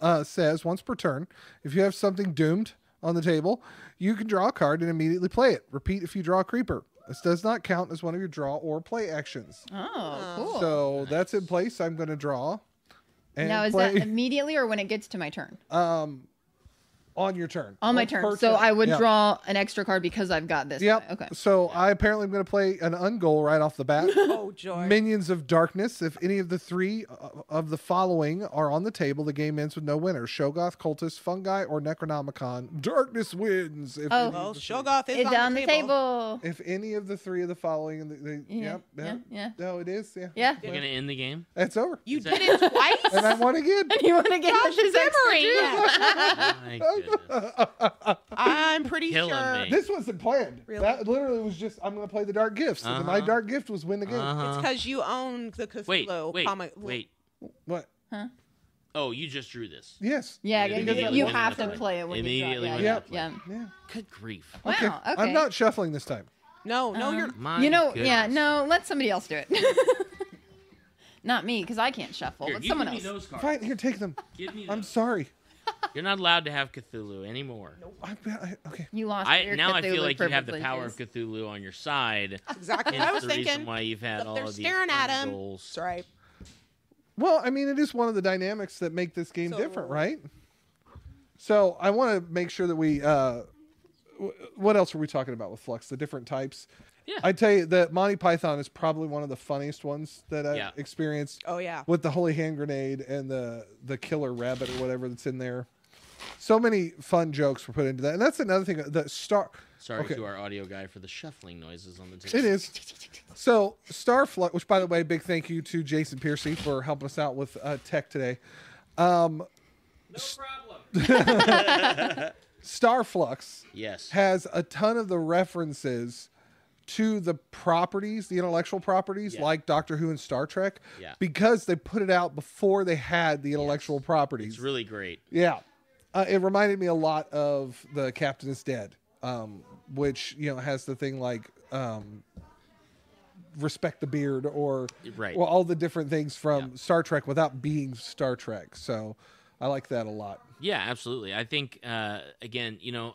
Speaker 2: uh, says once per turn, if you have something doomed on the table, you can draw a card and immediately play it. Repeat if you draw a creeper. This does not count as one of your draw or play actions.
Speaker 4: Oh, cool.
Speaker 2: So that's in place. I'm going to draw and
Speaker 4: now is
Speaker 2: play Uh, um,
Speaker 4: that immediately or when it gets to my turn?
Speaker 2: on your turn.
Speaker 4: On my
Speaker 2: Once per
Speaker 4: turn. So I would
Speaker 2: Yeah.
Speaker 4: draw an extra card because I've got this.
Speaker 2: Yep.
Speaker 4: Okay.
Speaker 2: So I apparently am going to play an ungoal right off the bat.
Speaker 3: Oh joy.
Speaker 2: Minions of Darkness. If any of the three uh, of the following are on the table, the game ends with no winner. Shogoth, Cultist, Fungi, or Necronomicon. Darkness wins. If,
Speaker 4: Oh.
Speaker 2: any,
Speaker 3: well, Shogoth is
Speaker 4: It's
Speaker 3: on, the table.
Speaker 2: if any of the three of the following, in the, the,
Speaker 4: Yeah,
Speaker 2: yep, yep.
Speaker 4: yeah,
Speaker 2: No, it is. Yeah.
Speaker 4: Yeah.
Speaker 1: We're gonna end the game.
Speaker 2: It's over.
Speaker 3: You
Speaker 1: Is that-
Speaker 3: did it twice.
Speaker 2: And I won again.
Speaker 4: You want to get
Speaker 3: Gosh,
Speaker 4: this extra
Speaker 3: memory.
Speaker 4: juice?
Speaker 1: My goodness.
Speaker 3: I'm pretty
Speaker 1: Killing
Speaker 3: sure.
Speaker 1: me.
Speaker 2: this wasn't planned.
Speaker 3: Really?
Speaker 2: That literally was just, I'm going to play the Dark Gifts. And my
Speaker 1: Uh-huh.
Speaker 2: Dark Gift was win the game.
Speaker 1: Uh-huh.
Speaker 3: It's because you own the Cthulhu
Speaker 1: Wait, wait,
Speaker 3: comic.
Speaker 1: wait.
Speaker 2: What?
Speaker 1: Oh, you just drew this.
Speaker 2: Yes.
Speaker 4: Yeah,
Speaker 1: It
Speaker 4: yeah, you,
Speaker 1: immediately
Speaker 4: you
Speaker 1: went
Speaker 4: have
Speaker 1: into
Speaker 4: to
Speaker 1: play.
Speaker 4: play it when
Speaker 1: Immediately
Speaker 4: you
Speaker 1: went
Speaker 4: draw.
Speaker 2: into
Speaker 4: Yeah.
Speaker 2: Yeah.
Speaker 1: Good grief.
Speaker 4: yeah. Wow. Okay.
Speaker 2: I'm not shuffling this time.
Speaker 3: No, no, you're.
Speaker 1: My
Speaker 4: you know,
Speaker 1: goodness.
Speaker 4: yeah, no, let somebody else do it. not me, because I can't shuffle,
Speaker 1: Here,
Speaker 4: but
Speaker 1: you
Speaker 4: someone
Speaker 1: give
Speaker 4: else.
Speaker 1: Me those cards.
Speaker 2: Fine. Here, take them.
Speaker 1: Give me
Speaker 2: I'm
Speaker 1: those.
Speaker 2: sorry.
Speaker 1: You're not allowed to have Cthulhu anymore.
Speaker 2: I, I, okay.
Speaker 4: You lost.
Speaker 1: I
Speaker 4: your
Speaker 1: now I feel
Speaker 4: Cthulhu
Speaker 1: like you have the
Speaker 4: privileges.
Speaker 1: power of Cthulhu on your side.
Speaker 3: Exactly.
Speaker 1: Hence
Speaker 3: I was
Speaker 1: the reason
Speaker 3: thinking.
Speaker 1: why you've had
Speaker 3: if
Speaker 1: all
Speaker 3: they're
Speaker 1: of these
Speaker 3: staring at him.
Speaker 1: goals.
Speaker 3: Sorry.
Speaker 2: Well, I mean, it is one of the dynamics that make this game
Speaker 3: So-
Speaker 2: different, right? So I want to make sure that we. Uh, w- what else were we talking about with Flux? The different types.
Speaker 1: Yeah.
Speaker 2: I tell you that Monty Python is probably one of the funniest ones that I've
Speaker 1: Yeah.
Speaker 2: experienced.
Speaker 3: Oh yeah.
Speaker 2: With the holy hand grenade and the the killer rabbit or whatever that's in there. So many fun jokes were put into that, and that's another thing. The star.
Speaker 1: Sorry
Speaker 2: Okay.
Speaker 1: to our audio guy for the shuffling noises on the table.
Speaker 2: It is. So Starflux, which by the way, big thank you to Jason Piercy for helping us out with uh, tech today. Um,
Speaker 1: No problem.
Speaker 2: Starflux
Speaker 1: yes.
Speaker 2: has a ton of the references to the properties, the intellectual properties,
Speaker 1: Yeah.
Speaker 2: like Doctor Who and Star Trek,
Speaker 1: Yeah.
Speaker 2: because they put it out before they had the intellectual properties.
Speaker 1: It's really great.
Speaker 2: yeah, uh, it reminded me a lot of the Captain is Dead, um, which you know has the thing like um, respect the beard or
Speaker 1: Right.
Speaker 2: well, all the different things from Star Trek without being Star Trek. So I like that a lot.
Speaker 1: Yeah, absolutely. I think uh, again, you know,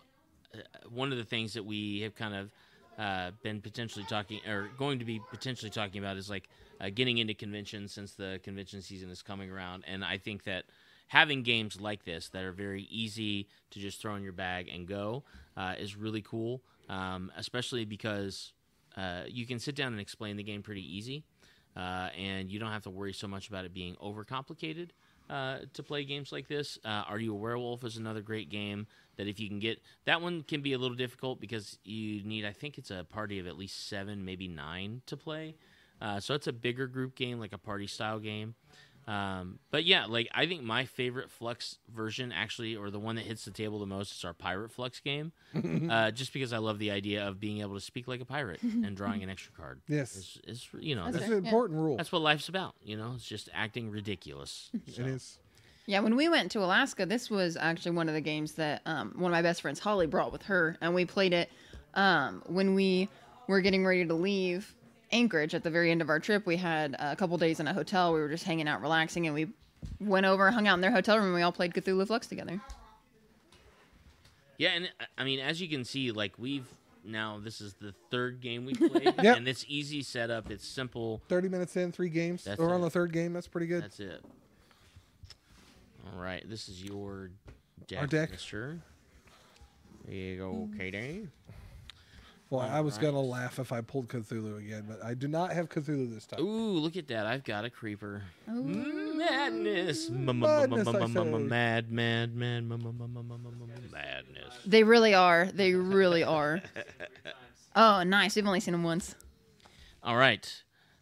Speaker 1: uh, one of the things that we have kind of uh, been potentially talking or going to be potentially talking about is like uh, getting into conventions since the convention season is coming around. And I think that having games like this that are very easy to just throw in your bag and go uh, is really cool, um, especially because uh, you can sit down and explain the game pretty easy, uh, and you don't have to worry so much about it being overcomplicated. Uh, to play games like this, uh, Are You a Werewolf is another great game that if you can get that one can be a little difficult because you need I think it's a party of at least seven, maybe nine to play. Uh, so it's a bigger group game, like a party style game. Um, but yeah, like I think my favorite Flux version actually, or the one that hits the table the most, is our Pirate Flux game. uh, just because I love the idea of being able to speak like a pirate and drawing an extra card.
Speaker 2: Yes.
Speaker 1: It's, it's, you know,
Speaker 4: That's
Speaker 1: that's,
Speaker 2: That's
Speaker 4: fair,
Speaker 2: an
Speaker 4: yeah.
Speaker 2: important rule.
Speaker 1: that's what life's about. You know, it's just acting ridiculous. So,
Speaker 2: It is.
Speaker 4: Yeah, when we went to Alaska, this was actually one of the games that um, one of my best friends, Holly, brought with her, and we played it um, when we were getting ready to leave Anchorage at the very end of our trip. We had a couple days in a hotel. We were just hanging out, relaxing, and we went over, hung out in their hotel room, and we all played Cthulhu Flux together.
Speaker 1: Yeah, and uh, I mean, as you can see, like we've now this is the third game we played,
Speaker 2: Yep.
Speaker 1: and it's easy setup. It's simple.
Speaker 2: Thirty minutes in, three games.
Speaker 1: That's
Speaker 2: We're on
Speaker 1: it.
Speaker 2: the third game. That's pretty good.
Speaker 1: That's it. All right, this is your deck,
Speaker 2: Our deck.
Speaker 1: Mister. There you
Speaker 3: Mm.
Speaker 1: go, Katie.
Speaker 2: well, I was
Speaker 1: Alright.
Speaker 2: gonna laugh if I pulled Cthulhu again, but I do not have Cthulhu this time.
Speaker 1: Ooh, look at that! I've got a creeper.
Speaker 4: Oh,
Speaker 1: Madness,
Speaker 2: Madness, I
Speaker 1: mad,
Speaker 2: say.
Speaker 1: mad, mad, mad, ma- ma- ma- ma- ma- ma- ma- madness.
Speaker 4: they really are. They really are. Oh, nice. We've only seen them once.
Speaker 1: All right,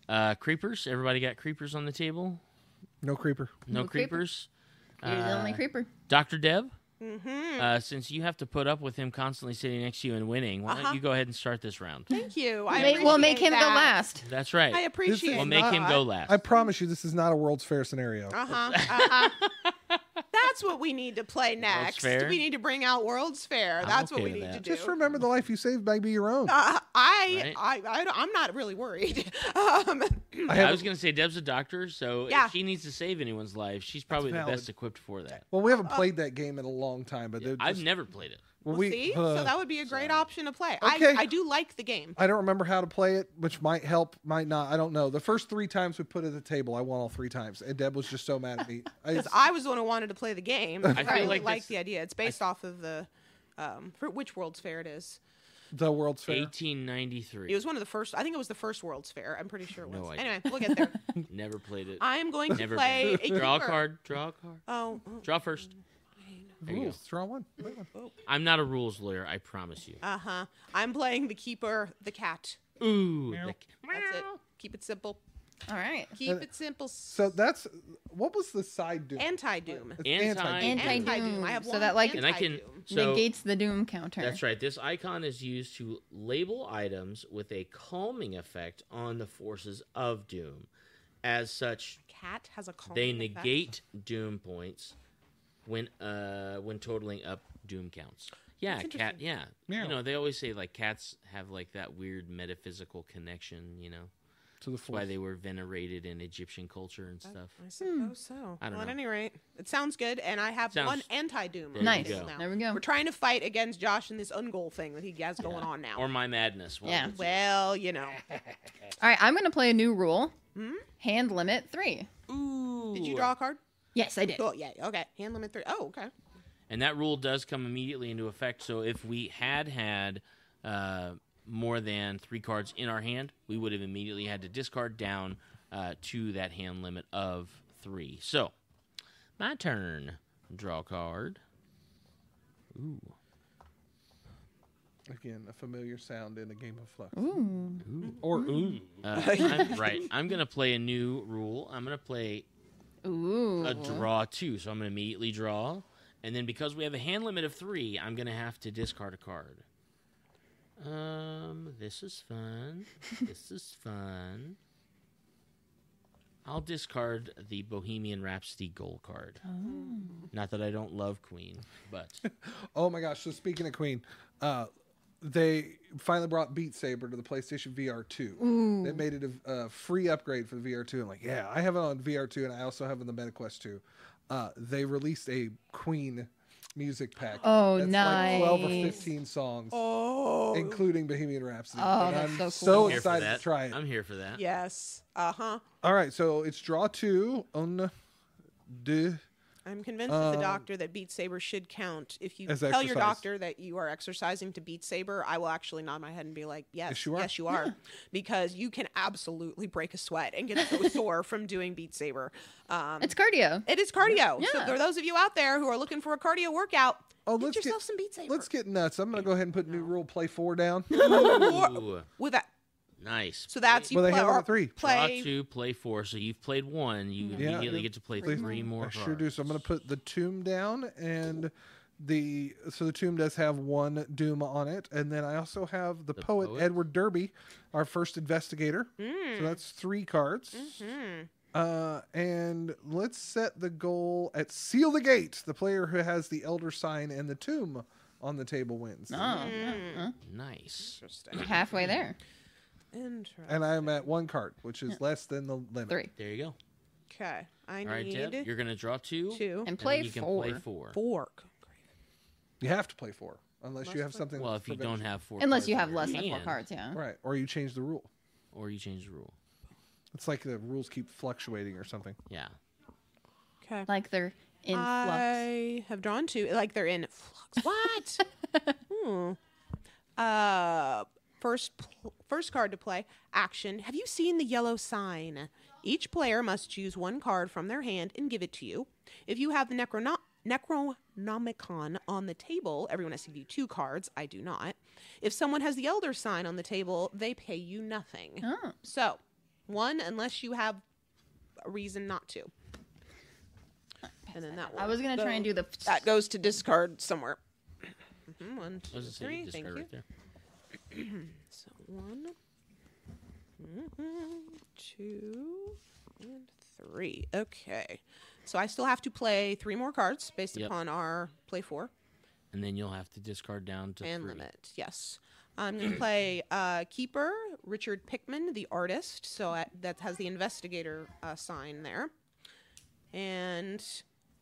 Speaker 1: uh, creepers. Everybody got creepers on the table?
Speaker 2: No creeper.
Speaker 1: No,
Speaker 4: No creeper.
Speaker 1: creepers.
Speaker 4: You're the only
Speaker 1: Uh,
Speaker 4: creeper.
Speaker 1: Dr. Deb,
Speaker 3: Mm-hmm.
Speaker 1: uh, since you have to put up with him constantly sitting next to you and winning, why
Speaker 3: Uh-huh.
Speaker 1: don't you go ahead and start this round?
Speaker 3: Thank you. I
Speaker 4: Make- we'll make
Speaker 3: appreciate
Speaker 4: him go
Speaker 3: that.
Speaker 4: last.
Speaker 1: That's
Speaker 3: I
Speaker 1: right.
Speaker 2: This is
Speaker 3: appreciate.
Speaker 1: We'll make him
Speaker 2: not-
Speaker 1: go last.
Speaker 2: I promise you, this is not a World's Fair scenario.
Speaker 3: Uh huh. Uh huh. That's what we need to play next.
Speaker 1: Fair?
Speaker 3: We need to bring out World's Fair.
Speaker 1: I'm
Speaker 3: That's
Speaker 1: okay
Speaker 3: what we
Speaker 1: with that.
Speaker 3: need to do.
Speaker 2: Just remember the life you saved may be your own.
Speaker 3: Uh, I,
Speaker 1: Right.
Speaker 3: I, I, don't- I'm not really worried. Um,
Speaker 2: I
Speaker 1: I
Speaker 2: have,
Speaker 1: was going to say Deb's a doctor, so
Speaker 3: Yeah.
Speaker 1: if she needs to save anyone's life, she's probably the
Speaker 2: valid.
Speaker 1: best equipped for that.
Speaker 2: well, we haven't played that game in a long time, but they're
Speaker 1: I've
Speaker 2: just-
Speaker 1: never played it.
Speaker 2: well,
Speaker 3: Uh, well,
Speaker 2: we-
Speaker 3: see,
Speaker 2: uh,
Speaker 3: so that would be a great option to play.
Speaker 2: Okay.
Speaker 3: I, I do like the game.
Speaker 2: I don't remember how to play it, which might help, might not. I don't know. The first three times we put it at the table, I won all three times, and Deb was just so mad at me. I
Speaker 3: because I was the one who wanted to play the game. I,
Speaker 1: feel
Speaker 3: really
Speaker 1: like
Speaker 3: like,
Speaker 1: this-
Speaker 3: the idea. It's based off of the um, for which World's Fair it is.
Speaker 2: the World's Fair.
Speaker 1: 1893.
Speaker 3: It was one of the first. I think it was the first World's Fair. I'm pretty sure it was.
Speaker 1: No idea.
Speaker 3: anyway, we'll get there.
Speaker 1: never played it.
Speaker 3: I am going to
Speaker 1: never
Speaker 3: play a
Speaker 1: played it. Draw a
Speaker 3: keeper.
Speaker 1: card. Draw a card.
Speaker 3: Oh, oh,
Speaker 1: Draw first. There you go.
Speaker 2: Rules. Draw one. Play one.
Speaker 1: I'm not a rules lawyer, I promise you.
Speaker 3: uh huh. I'm playing the keeper, the cat.
Speaker 1: Ooh. the-
Speaker 3: That's it. Keep it simple.
Speaker 4: All right.
Speaker 3: Keep it simple.
Speaker 2: So that's what was the side doing?
Speaker 3: Anti doom.
Speaker 2: It's
Speaker 1: Anti-
Speaker 2: anti-doom.
Speaker 4: Anti-
Speaker 3: Anti-doom. I have
Speaker 4: So
Speaker 3: one
Speaker 4: that, like-
Speaker 1: And I can
Speaker 3: anti-doom.
Speaker 1: so
Speaker 4: Negates the doom counter.
Speaker 1: That's right. This icon is used to label items with a calming effect on the forces of doom. As such,
Speaker 3: cat has a calm.
Speaker 1: they
Speaker 3: effect.
Speaker 1: negate doom points when uh when totaling up doom counts. Yeah,
Speaker 3: That's
Speaker 1: cat. Yeah.
Speaker 2: Yeah.
Speaker 1: you know they always say like cats have like that weird metaphysical connection. You know,
Speaker 2: to the
Speaker 1: that's why
Speaker 2: floor.
Speaker 1: they were venerated in Egyptian culture and stuff.
Speaker 3: I suppose so.
Speaker 1: Hmm. I don't
Speaker 3: well, at
Speaker 1: know.
Speaker 3: any rate, it sounds good, and I have
Speaker 1: Sounds-
Speaker 3: one anti-doom.
Speaker 1: There you
Speaker 4: Nice.
Speaker 1: go.
Speaker 4: There we go.
Speaker 3: We're trying to fight against Josh and this ungoal thing that he has going on now.
Speaker 1: Or my madness. one of
Speaker 4: Yeah.
Speaker 1: the two.
Speaker 3: well, you know.
Speaker 4: All right, I'm going to play a new rule. Hand limit three.
Speaker 1: Ooh.
Speaker 3: Did you draw a card?
Speaker 4: Yes, I did.
Speaker 3: Oh, yeah. Okay. Hand limit three. Oh, okay.
Speaker 1: and that rule does come immediately into effect. So if we had had uh, more than three cards in our hand, we would have immediately had to discard down uh, to that hand limit of three. So my turn. Draw a card. Ooh,
Speaker 2: Again, a familiar sound in a game of flux.
Speaker 4: Ooh. Mm.
Speaker 1: ooh.
Speaker 2: Or ooh.
Speaker 1: Uh, I'm, right. I'm gonna play a new rule. I'm gonna play
Speaker 4: Ooh.
Speaker 1: a
Speaker 2: Mm-hmm.
Speaker 1: draw two. So I'm gonna immediately draw, and then because we have a hand limit of three, I'm gonna have to discard a card. Um, this is fun. this is fun. I'll discard the Bohemian Rhapsody gold card. Not that I don't love Queen, but
Speaker 2: Oh my gosh! So speaking of Queen, uh, they finally brought Beat Saber to the PlayStation VR two. They made it a, a free upgrade for the VR two, and like, yeah, I have it on VR two, and I also have it on the MetaQuest two. Uh, they released a Queen music pack.
Speaker 4: Oh,
Speaker 2: that's Like Twelve or
Speaker 4: nice.
Speaker 2: fifteen songs,
Speaker 3: Oh,
Speaker 2: including Bohemian Rhapsody.
Speaker 4: Oh,
Speaker 2: and
Speaker 4: that's
Speaker 2: I'm
Speaker 4: so cool.
Speaker 1: I'm here for
Speaker 2: excited to
Speaker 1: that.
Speaker 2: try it.
Speaker 1: I'm here for that.
Speaker 3: yes. Uh huh.
Speaker 2: All right, so it's draw two on the.
Speaker 3: I'm convinced that the doctor that Beat Saber should count. If you
Speaker 2: Um, as
Speaker 3: tell your
Speaker 2: exercise.
Speaker 3: doctor that you are exercising to Beat Saber, I will actually nod my head and be like, "Yes, yes,
Speaker 2: you
Speaker 3: you
Speaker 2: are."
Speaker 3: are,", because you can absolutely break a sweat and get so sore from doing Beat Saber. Um,
Speaker 4: It's cardio.
Speaker 3: it is cardio. So
Speaker 4: Yeah.
Speaker 3: for those of you out there who are looking for a cardio workout,
Speaker 2: Oh,
Speaker 3: get
Speaker 2: let's
Speaker 3: yourself
Speaker 2: get
Speaker 3: some Beat Saber.
Speaker 2: let's get nuts. I'm gonna go ahead and put new rule play four down.
Speaker 1: Ooh,
Speaker 3: with that.
Speaker 1: nice.
Speaker 3: So that's you
Speaker 2: Well, they
Speaker 3: play,
Speaker 2: have it
Speaker 3: or
Speaker 2: at three.
Speaker 1: Draw
Speaker 3: play
Speaker 1: two, play four. So you've played one. You
Speaker 2: Mm-hmm. Yeah.
Speaker 1: immediately get to play
Speaker 2: Please.
Speaker 1: three more.
Speaker 2: I
Speaker 1: cards.
Speaker 2: sure do. So I'm gonna put the tomb down and the so the tomb does have one doom on it, and then I also have the, poet,
Speaker 1: poet.
Speaker 2: Edward Derby, our first investigator.
Speaker 3: Mm-hmm. Hmm.
Speaker 2: So that's three cards. Uh, and let's set the goal at seal the gate. The player who has the elder sign and the tomb on the table wins.
Speaker 4: Oh, uh,
Speaker 1: Nice.
Speaker 4: uh,
Speaker 3: Interesting.
Speaker 4: halfway there.
Speaker 3: Interesting.
Speaker 2: And I'm at one card, which is less than the limit.
Speaker 4: Three.
Speaker 1: There you go.
Speaker 3: Okay, I
Speaker 1: All right,
Speaker 3: need
Speaker 1: Deb, you're gonna draw two.
Speaker 3: two
Speaker 4: And
Speaker 1: and then
Speaker 4: play
Speaker 1: you can
Speaker 4: four.
Speaker 1: play four.
Speaker 3: fork.
Speaker 2: You have to play four unless you have something.
Speaker 1: Well,
Speaker 2: that
Speaker 1: if you
Speaker 2: prevents
Speaker 1: don't have four,
Speaker 4: Unless
Speaker 1: cards
Speaker 4: you
Speaker 1: in
Speaker 4: have
Speaker 1: your
Speaker 4: less than four
Speaker 1: hand,
Speaker 4: cards, yeah.
Speaker 2: right, or you change the rule.
Speaker 1: or you change the rule.
Speaker 2: It's like the rules keep fluctuating or something.
Speaker 1: Yeah.
Speaker 3: Okay.
Speaker 4: Like they're in flux.
Speaker 3: I have drawn two. Like they're in flux. What? hmm. Uh, first, pl- first card to play. Action. Have you seen the yellow sign? Each player must choose one card from their hand and give it to you. If you have the necrono- Necronomicon on the table, everyone has to give you two cards. I do not. If someone has the Elder Sign on the table, they pay you nothing.
Speaker 4: Oh.
Speaker 3: So, one, unless you have a reason not to. And then that one.
Speaker 4: I was gonna try and do the.
Speaker 3: That goes to discard somewhere. Mhm, One,
Speaker 1: I
Speaker 3: two,
Speaker 1: was gonna say,
Speaker 3: three.
Speaker 1: you just
Speaker 3: Thank
Speaker 1: go
Speaker 3: you.
Speaker 1: right there.
Speaker 3: So one, mhm, two, and three. Okay. So I still have to play three more cards based
Speaker 1: Yep.
Speaker 3: upon our play four
Speaker 1: And then you'll have to discard down to
Speaker 3: and
Speaker 1: three.
Speaker 3: limit. Yes. I'm going to play uh, Keeper, Richard Pickman, the artist. So I, that has the investigator uh, sign there. And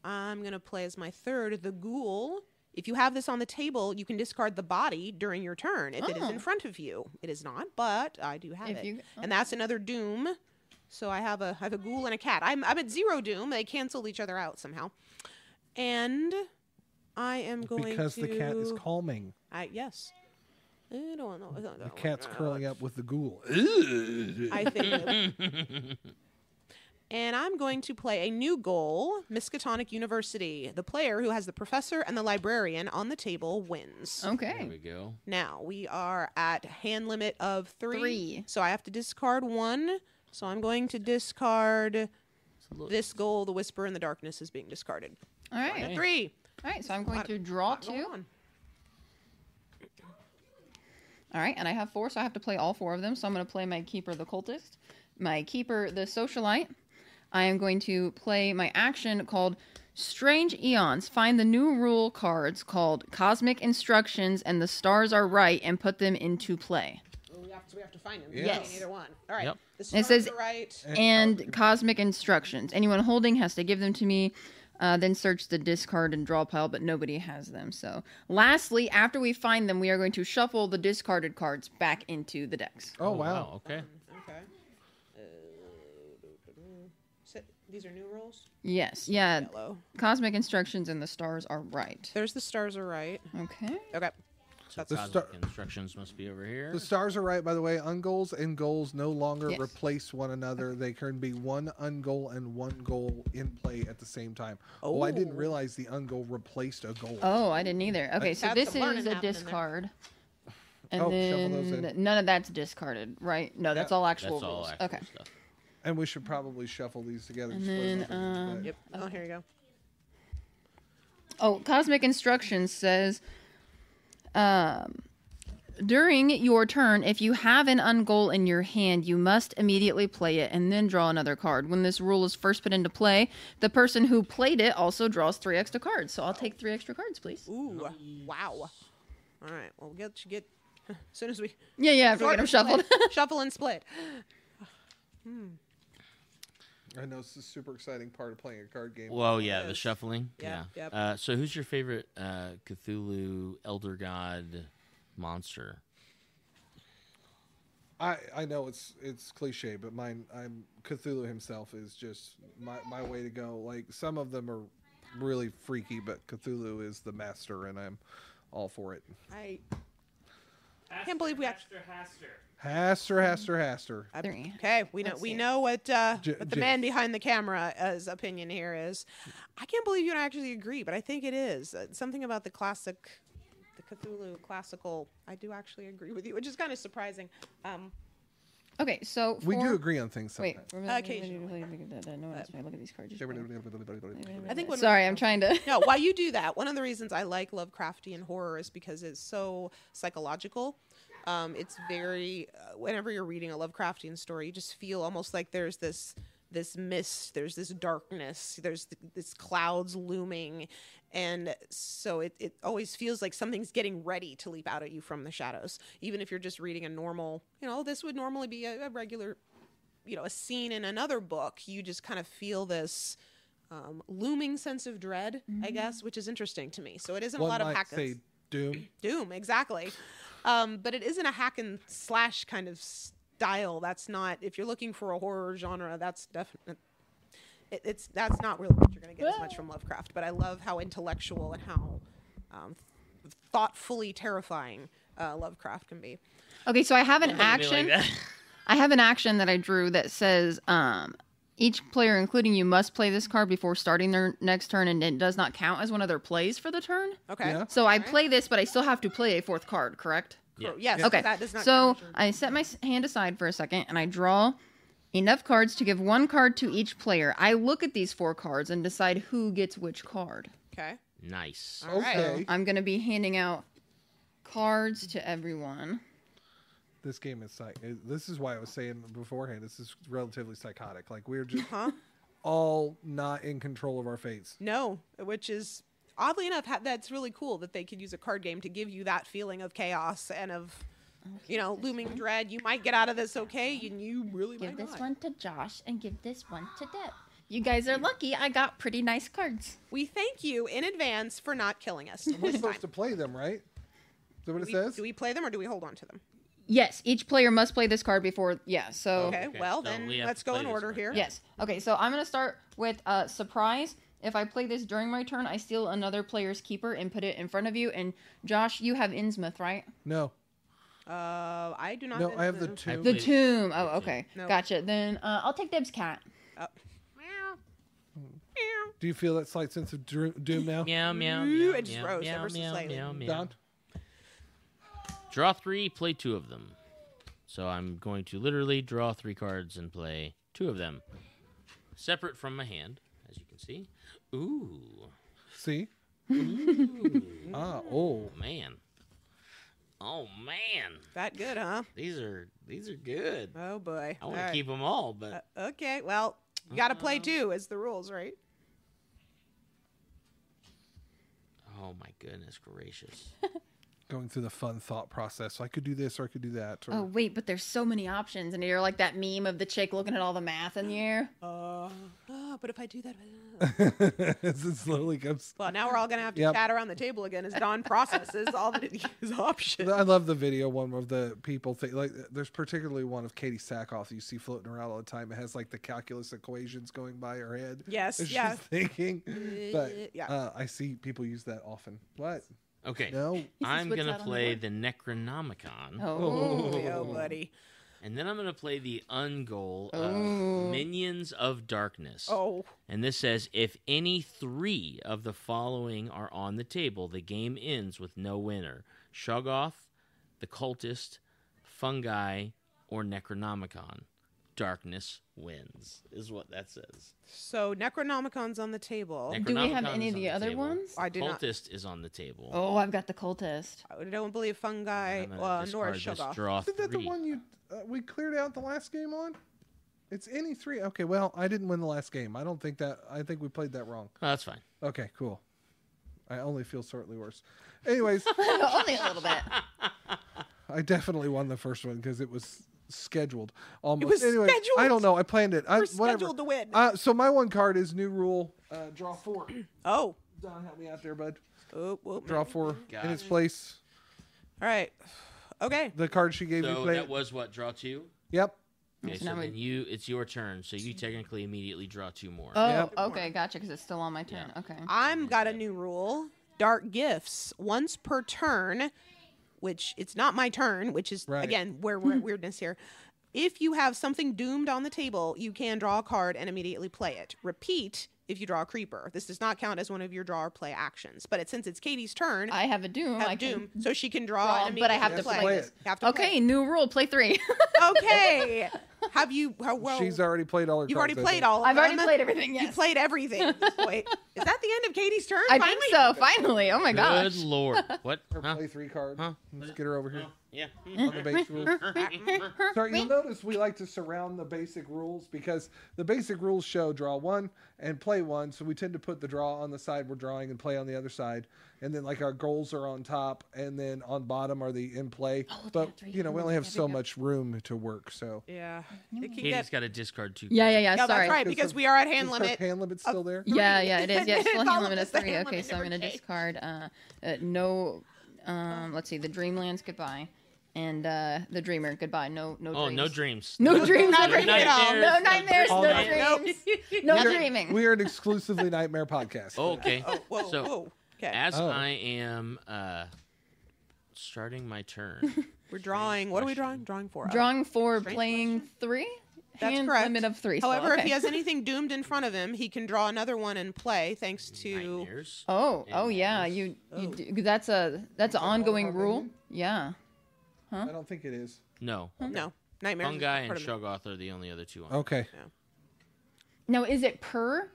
Speaker 3: I'm going to play as my third, the Ghoul. If you have this on the table, you can discard the body during your turn if it is in
Speaker 4: Oh.
Speaker 3: front of you. It is not, but I do have
Speaker 4: If
Speaker 3: it.
Speaker 4: you-
Speaker 3: And that's another Doom. So I have a I have a Ghoul and a cat. I'm I'm at zero Doom. They cancel each other out somehow. And I am going
Speaker 2: because
Speaker 3: to
Speaker 2: the cat is calming.
Speaker 3: I yes. I don't know. I don't know.
Speaker 2: The
Speaker 1: Oh
Speaker 2: cat's curling up with the ghoul.
Speaker 3: I think. and I'm going to play a new goal, Miskatonic University. The player who has the professor and the librarian on the table wins.
Speaker 4: Oh.
Speaker 1: There
Speaker 4: Okay.
Speaker 1: we go.
Speaker 3: Now we are at hand limit of three.
Speaker 4: Three.
Speaker 3: So I have to discard one. So I'm going to discard this goal. The Whisper in the Darkness is being discarded.
Speaker 4: All right.
Speaker 1: Okay.
Speaker 3: Three.
Speaker 4: All right. So I'm going to draw
Speaker 3: Go
Speaker 4: two.
Speaker 3: on.
Speaker 4: All right, and I have four, so I have to play all four of them. So I'm going to play my keeper, the cultist, my keeper, the socialite. I am going to play my action called Strange Eons. Find the new rule cards called Cosmic Instructions and the Stars Are Right and put them into play.
Speaker 3: Oh, we have to, we have to find them.
Speaker 2: Yeah.
Speaker 4: Yes.
Speaker 3: Either one. All right.
Speaker 1: Yep.
Speaker 3: The
Speaker 4: It
Speaker 3: stars
Speaker 4: says-
Speaker 3: are right.
Speaker 4: And Cosmic Instructions. Anyone holding has to give them to me. Uh, then search the discard and draw pile, but nobody has them. So, lastly, after we find them, we are going to shuffle the discarded cards back into the decks.
Speaker 2: Oh, wow.
Speaker 1: Okay.
Speaker 3: Okay. Uh, So these are new rules.
Speaker 4: Yes, yeah.
Speaker 3: Yellow.
Speaker 4: Cosmic instructions and the stars are right.
Speaker 3: There's the stars are right.
Speaker 4: Okay.
Speaker 3: Okay.
Speaker 1: So
Speaker 3: That's- The
Speaker 1: cosmic
Speaker 2: star-
Speaker 1: instructions must be over here.
Speaker 2: The stars are right, by the way. Ungoals and goals no longer
Speaker 4: Yes.
Speaker 2: replace one another. They can be one ungoal and one goal in play at the same time. Oh, I didn't
Speaker 3: Oh.
Speaker 2: realize the ungoal replaced a goal.
Speaker 4: Oh, I didn't either. Okay, so
Speaker 3: That's
Speaker 4: this
Speaker 3: some learning
Speaker 4: is a
Speaker 3: happening there.
Speaker 4: discard. And
Speaker 2: Oh, shovel those
Speaker 4: then none of that's discarded, right? No, that's
Speaker 2: Yeah.
Speaker 4: all
Speaker 1: That's
Speaker 4: actual
Speaker 1: all
Speaker 4: rules.
Speaker 1: actual
Speaker 4: okay.
Speaker 1: stuff.
Speaker 2: And we should probably shuffle these together. And
Speaker 4: then, um,
Speaker 3: Yep. Oh, here you go.
Speaker 4: Oh, Cosmic Instructions says um, during your turn, if you have an ungoal in your hand, you must immediately play it and then draw another card. When this rule is first put into play, the person who played it also draws three extra cards. So I'll take three extra cards, please.
Speaker 3: Ooh. Wow. All right. Well, we'll get get as soon as we
Speaker 4: Yeah, yeah, after we get them
Speaker 3: Sort of
Speaker 4: shuffled.
Speaker 3: split. shuffle and split.
Speaker 2: I know it's a super exciting part of playing a card game.
Speaker 1: Well, yeah,
Speaker 3: Yes.
Speaker 1: the shuffling.
Speaker 3: Yeah, yep.
Speaker 1: Uh, so, who's your favorite uh, Cthulhu Elder God monster?
Speaker 2: I I know it's it's cliche, but mine I'm Cthulhu himself is just my my way to go. Like some of them are really freaky, but Cthulhu is the master, and I'm all for it.
Speaker 3: I Can't believe we
Speaker 5: Haster, Haster,
Speaker 2: Haster, haster, haster.
Speaker 3: I-
Speaker 4: Three.
Speaker 3: Okay, we know
Speaker 4: Let's
Speaker 3: we
Speaker 4: see.
Speaker 3: know what uh,
Speaker 2: J-
Speaker 3: what the
Speaker 2: J-
Speaker 3: man behind the camera's opinion here is. I can't believe you don't actually agree, but I think it is uh, something about the classic, the Cthulhu classical. I do actually agree with you, which is kind of surprising. Um,
Speaker 4: Okay, so
Speaker 2: We
Speaker 4: for-
Speaker 2: do agree on things
Speaker 4: Wait,
Speaker 2: sometimes.
Speaker 3: Occasionally.
Speaker 4: No one else may look at these cards. just play.
Speaker 2: Wait.
Speaker 3: I think when-
Speaker 4: Sorry, I'm trying to.
Speaker 3: no, while you do that, one of the reasons I like Lovecraftian horror is because it's so psychological. Um, it's very uh, whenever you're reading a Lovecraftian story, you just feel almost like there's this this mist, there's this darkness, there's th- this clouds looming, and so it it always feels like something's getting ready to leap out at you from the shadows, even if you're just reading a normal, you know, this would normally be a, a regular you know a scene in another book you just kind of feel this um, looming sense of dread i guess which is interesting to me so it isn't a
Speaker 2: Mm-hmm. One
Speaker 3: lot of
Speaker 2: might
Speaker 3: hack and
Speaker 2: say Doom.
Speaker 3: doom exactly um, but it isn't a hack and slash kind of style that's not if you're looking for a horror genre that's definitely it, it's that's not really what you're going to get as much from lovecraft but i love how intellectual and how um, thoughtfully terrifying uh, lovecraft can be
Speaker 4: Okay, so I have an
Speaker 1: Look at me like
Speaker 4: action.
Speaker 1: that.
Speaker 4: I have an action that I drew that says um, each player, including you, must play this card before starting their next turn, and it does not count as one of their plays for the turn.
Speaker 3: okay
Speaker 2: Yeah.
Speaker 4: So I play this, but I still have to play a fourth card, correct?
Speaker 1: Yeah.
Speaker 3: Cool. yes
Speaker 4: Okay.
Speaker 3: that does not
Speaker 4: so
Speaker 3: count as your-
Speaker 4: I set my s- hand aside for a second and I draw enough cards to give one card to each player. I look at these four cards and decide who gets which card.
Speaker 3: okay
Speaker 1: Nice.
Speaker 3: All right.
Speaker 2: okay,
Speaker 4: I'm going to be handing out cards to everyone.
Speaker 2: this game is psych. This is why I was saying beforehand. This is relatively psychotic. Like we're just
Speaker 3: huh
Speaker 2: all not in control of our fates.
Speaker 3: No, which is oddly enough, ha- that's really cool that they could use a card game to give you that feeling of chaos and of, you know, looming dread. You might get out of this okay, and you really
Speaker 6: Give
Speaker 3: might
Speaker 6: this
Speaker 3: not.
Speaker 6: one to Josh and give this one to Deb. You guys are lucky. I got pretty nice cards.
Speaker 3: We thank you in advance for not killing us.
Speaker 2: We're
Speaker 3: This time.
Speaker 2: supposed to play them, right? Is that what it
Speaker 3: We-
Speaker 2: says?
Speaker 3: do we play them or do we hold on to them?
Speaker 4: Yes, each player must play this card before. Yeah, so.
Speaker 3: Okay,
Speaker 1: Oh, Okay,
Speaker 3: well
Speaker 1: so
Speaker 3: then
Speaker 1: we have
Speaker 3: let's
Speaker 1: to
Speaker 3: go
Speaker 1: play
Speaker 3: in
Speaker 1: this
Speaker 3: order
Speaker 1: one.
Speaker 3: here.
Speaker 1: Yeah.
Speaker 4: Yes. Okay, so I'm going to start with uh, surprise. If I play this during my turn, I steal another player's keeper and put it in front of you. And Josh, you have Innsmouth, right?
Speaker 2: no,
Speaker 3: Uh, I do not.
Speaker 2: no. I have the
Speaker 3: uh,
Speaker 2: two.
Speaker 4: The
Speaker 1: Wait.
Speaker 4: tomb. Oh, okay.
Speaker 3: No.
Speaker 4: Gotcha. Then uh, I'll take Deb's cat.
Speaker 3: uh, meow, meow.
Speaker 2: Do you feel that slight sense of dro- doom now,
Speaker 1: Meow, meow,
Speaker 3: Ooh,
Speaker 1: meow.
Speaker 3: it just
Speaker 1: meow,
Speaker 3: rose
Speaker 1: meow,
Speaker 3: ever so
Speaker 1: meow,
Speaker 3: slightly.
Speaker 1: meow, meow.
Speaker 2: Don?
Speaker 1: Draw three, play two of them. So I'm going to literally draw three cards and play two of them, separate from my hand, as you can see. Ooh,
Speaker 2: See? ah, oh.
Speaker 1: man. Oh man,
Speaker 3: That good, huh?
Speaker 1: these are these are good.
Speaker 3: Oh boy.
Speaker 1: I want
Speaker 3: All
Speaker 1: to
Speaker 3: right.
Speaker 1: keep Uh-huh. them all, but
Speaker 3: Uh, okay, well, you got to play two is the rules, right?
Speaker 1: oh my goodness gracious.
Speaker 2: Going through the fun thought process. So I could do this or I could do that. Or...
Speaker 4: Oh wait, but there's so many options, and you're like that meme of the chick looking at all the math in the air.
Speaker 3: Uh, but if I do that.
Speaker 2: As it slowly comes.
Speaker 3: Well, now we're all gonna have to
Speaker 2: Yep.
Speaker 3: chat around the table again as Don processes all the his options.
Speaker 2: I love the video one of the people think like there's particularly one of Katie Sackhoff that you see floating around all the time. It has like the calculus equations going by her head.
Speaker 3: Yes,
Speaker 2: as she's
Speaker 3: yeah.
Speaker 2: thinking. But
Speaker 3: yeah.
Speaker 2: uh, I see people use that often. What?
Speaker 1: Okay,
Speaker 2: No.
Speaker 1: I'm
Speaker 4: what's
Speaker 1: gonna
Speaker 4: out on the
Speaker 1: play
Speaker 4: board.
Speaker 1: the Necronomicon.
Speaker 4: Oh.
Speaker 3: Holy oh, buddy.
Speaker 1: And then I'm going to play the ungoal
Speaker 4: Ooh.
Speaker 1: of Minions of Darkness.
Speaker 3: Oh,
Speaker 1: And this says if any three of the following are on the table, the game ends with no winner Shoggoth, the Cultist, Fungi, or Necronomicon. Darkness wins, is what that says.
Speaker 3: so Necronomicon's on the table.
Speaker 1: Necronomicon
Speaker 4: Oh, Do we have any
Speaker 1: is
Speaker 4: of
Speaker 1: on
Speaker 4: the other
Speaker 1: table.
Speaker 4: ones?
Speaker 3: I do not-
Speaker 1: Cultist is on the table.
Speaker 4: Oh, I've got the cultist.
Speaker 3: I don't believe fungi
Speaker 1: I'm gonna
Speaker 3: uh, nor
Speaker 1: discard this,
Speaker 3: Shoggoth.
Speaker 1: Draw
Speaker 2: Isn't that the
Speaker 1: three.
Speaker 2: one you uh, we cleared out the last game on? It's any three. Okay, well, I didn't win the last game. I don't think that. I think we played that wrong.
Speaker 1: Oh, that's fine.
Speaker 2: Okay, cool. I only feel slightly worse. Anyways,
Speaker 4: Only a little bit.
Speaker 2: I definitely won the first one because it was scheduled. Almost.
Speaker 3: was
Speaker 2: anyway, I
Speaker 3: scheduled.
Speaker 2: don't know. I planned it. I,
Speaker 3: We're
Speaker 2: whatever.
Speaker 3: scheduled to win.
Speaker 2: Uh, so my one card is new rule. Uh, draw four.
Speaker 3: oh.
Speaker 2: Don, help me out there, bud.
Speaker 3: Oh, whoop.
Speaker 2: Draw four
Speaker 1: Got
Speaker 2: in its
Speaker 1: it.
Speaker 2: place.
Speaker 3: All right. Okay.
Speaker 2: The card she gave me.
Speaker 1: So
Speaker 2: Play.
Speaker 1: that
Speaker 2: it.
Speaker 1: was what draw two.
Speaker 2: yep.
Speaker 1: Okay, so
Speaker 4: now we-
Speaker 1: then you it's your turn. So you technically immediately draw two more.
Speaker 4: Oh,
Speaker 2: Yep.
Speaker 4: okay, gotcha. Because it's still on my turn. Okay.
Speaker 3: I'm got a new rule. Dark gifts once per turn, which it's not my turn, which is
Speaker 2: Right.
Speaker 3: again where we're at weirdness here. If you have something doomed on the table, you can draw a card and immediately play it. Repeat if you draw a creeper. This does not count as one of your draw or play actions. But it, since it's Katie's turn,
Speaker 4: I have a doom.
Speaker 3: have
Speaker 4: I can-
Speaker 3: doom, so she can draw.
Speaker 4: draw,
Speaker 3: and
Speaker 4: but I
Speaker 3: immediately
Speaker 4: have to
Speaker 2: play Play it. it.
Speaker 3: You have to
Speaker 4: Okay,
Speaker 3: play.
Speaker 4: new rule. Play three.
Speaker 3: okay. Have you? How, well,
Speaker 2: She's already played all her.
Speaker 3: Oh. you've
Speaker 2: cards,
Speaker 3: already
Speaker 2: I
Speaker 3: played
Speaker 2: think.
Speaker 3: all. of
Speaker 4: I've already
Speaker 3: them.
Speaker 4: played everything. Yes.
Speaker 3: You played everything. at this point. Is that the end of Katie's turn?
Speaker 4: I
Speaker 3: Finally?
Speaker 4: think so. Finally. Oh my
Speaker 1: Good
Speaker 4: gosh.
Speaker 1: lord. What? Huh?
Speaker 2: Play three card.
Speaker 1: Huh?
Speaker 2: Let's get her over here
Speaker 1: Huh? Yeah.
Speaker 2: on the base rules. Sorry, you'll notice we like to surround the basic rules because the basic rules show draw one and play one. So we tend to put the draw on the side we're drawing and play on the other side. And then like our goals are on top and then on bottom are the in play. but
Speaker 6: that's right.
Speaker 2: you know, we
Speaker 6: Oh,
Speaker 2: only have
Speaker 6: there
Speaker 2: so
Speaker 6: we go.
Speaker 2: much room to work. So
Speaker 3: Yeah. It can
Speaker 1: Katie's
Speaker 3: get,
Speaker 1: got to discard two.
Speaker 4: Yeah, yeah,
Speaker 1: cards.
Speaker 4: yeah.
Speaker 3: yeah,
Speaker 4: sorry.
Speaker 3: that's right,
Speaker 2: Because
Speaker 3: because
Speaker 2: of-
Speaker 3: we are at hand
Speaker 2: Is her
Speaker 3: limit.
Speaker 2: hand limit's still there.
Speaker 4: Yeah, yeah, it is. Yeah, it's
Speaker 3: It's
Speaker 4: still
Speaker 3: all
Speaker 4: hanging
Speaker 3: of
Speaker 4: on a
Speaker 3: us that
Speaker 4: three.
Speaker 3: hang on
Speaker 4: Okay,
Speaker 3: a
Speaker 4: so I'm gonna
Speaker 3: different case.
Speaker 4: discard uh, uh no um let's see, the Dreamlands goodbye. And uh the Dreamer goodbye. No no
Speaker 1: Oh,
Speaker 4: dreams.
Speaker 1: no dreams.
Speaker 4: No dreams, no
Speaker 3: Not
Speaker 4: dreams
Speaker 3: dreaming
Speaker 4: at all. No
Speaker 1: nightmares,
Speaker 4: nightmares, no
Speaker 1: no
Speaker 4: dreams. No
Speaker 2: We're-
Speaker 4: dreaming.
Speaker 2: We are an exclusively nightmare podcast.
Speaker 1: Oh, okay.
Speaker 3: Whoa,
Speaker 1: So-
Speaker 3: whoa. Okay.
Speaker 1: As
Speaker 2: Oh.
Speaker 1: I am uh, starting my turn,
Speaker 3: We're drawing. What are we drawing?
Speaker 1: question.
Speaker 3: Drawing for.
Speaker 4: Drawing four, playing three.
Speaker 3: That's
Speaker 4: Hand
Speaker 3: correct.
Speaker 4: limit of three. still,
Speaker 3: However, if
Speaker 4: okay.
Speaker 3: he has anything doomed in front of him, he can draw another one and play thanks to.
Speaker 1: nightmares.
Speaker 4: Oh,
Speaker 1: And
Speaker 4: oh yeah,
Speaker 1: nightmares.
Speaker 4: you, you
Speaker 3: Oh.
Speaker 4: do, that's a that's an
Speaker 2: that
Speaker 4: ongoing
Speaker 2: part
Speaker 4: rule.
Speaker 2: in
Speaker 4: Yeah.
Speaker 2: I don't think it is.
Speaker 1: No,
Speaker 3: No. Nightmares. is
Speaker 1: fungi
Speaker 3: not
Speaker 1: and
Speaker 3: part of it.
Speaker 1: Shoggoth are the only other two. On.
Speaker 4: Oh.
Speaker 2: Okay.
Speaker 4: Now, is it per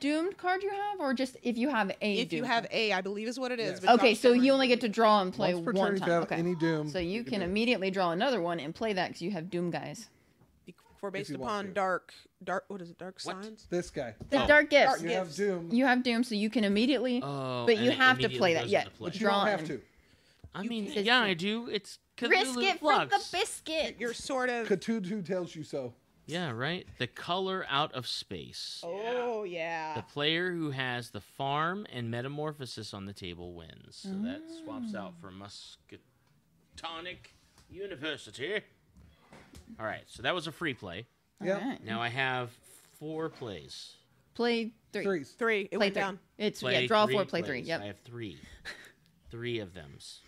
Speaker 4: doomed card you have, or just if you have a?
Speaker 3: If you
Speaker 4: doomed
Speaker 3: have A, I believe is what it
Speaker 2: Yes.
Speaker 3: is. but
Speaker 4: Okay,
Speaker 3: Josh
Speaker 4: so
Speaker 3: never-
Speaker 4: you only get to draw and play
Speaker 2: Once per turn,
Speaker 4: one
Speaker 2: if
Speaker 4: time.
Speaker 2: you have
Speaker 4: okay.
Speaker 2: any doom,
Speaker 4: so you
Speaker 2: you
Speaker 4: can
Speaker 2: do it.
Speaker 4: immediately draw another one and play that because you have doom guys.
Speaker 3: For based
Speaker 2: you want to.
Speaker 3: upon dark, dark. What is it? Dark
Speaker 1: What?
Speaker 3: signs.
Speaker 2: This guy.
Speaker 4: The
Speaker 1: Oh.
Speaker 4: dark gifts.
Speaker 2: You
Speaker 3: Yes.
Speaker 2: have doom.
Speaker 4: You have doom, so you can immediately.
Speaker 1: Oh,
Speaker 4: but
Speaker 1: and
Speaker 4: you
Speaker 1: it
Speaker 4: have to
Speaker 1: immediately
Speaker 4: play that.
Speaker 1: goes
Speaker 4: Yeah,
Speaker 1: into play.
Speaker 2: but you don't
Speaker 4: draw
Speaker 2: have
Speaker 4: and-
Speaker 2: to.
Speaker 1: I mean,
Speaker 4: can't-
Speaker 1: yeah, I do. It's Cthulhu
Speaker 6: Risk it for the
Speaker 1: Flux.
Speaker 6: biscuit.
Speaker 3: You're sort of.
Speaker 2: Cthulhu tells you so.
Speaker 1: Yeah, right. The color out of space.
Speaker 3: oh yeah.
Speaker 1: The player who has the farm and metamorphosis on the table wins. So that swaps out for Muscatonic University. All right, so that was a free play.
Speaker 2: Yeah.
Speaker 4: Alright.
Speaker 1: Now I have four plays.
Speaker 4: Play three.
Speaker 2: Threes.
Speaker 3: Three. It
Speaker 4: Play
Speaker 3: went
Speaker 4: three.
Speaker 3: down.
Speaker 4: It's
Speaker 1: Play
Speaker 4: yeah. Draw
Speaker 1: three
Speaker 4: four. Play
Speaker 1: plays.
Speaker 4: three.
Speaker 1: I
Speaker 4: Yep.
Speaker 1: have three. Three of them's.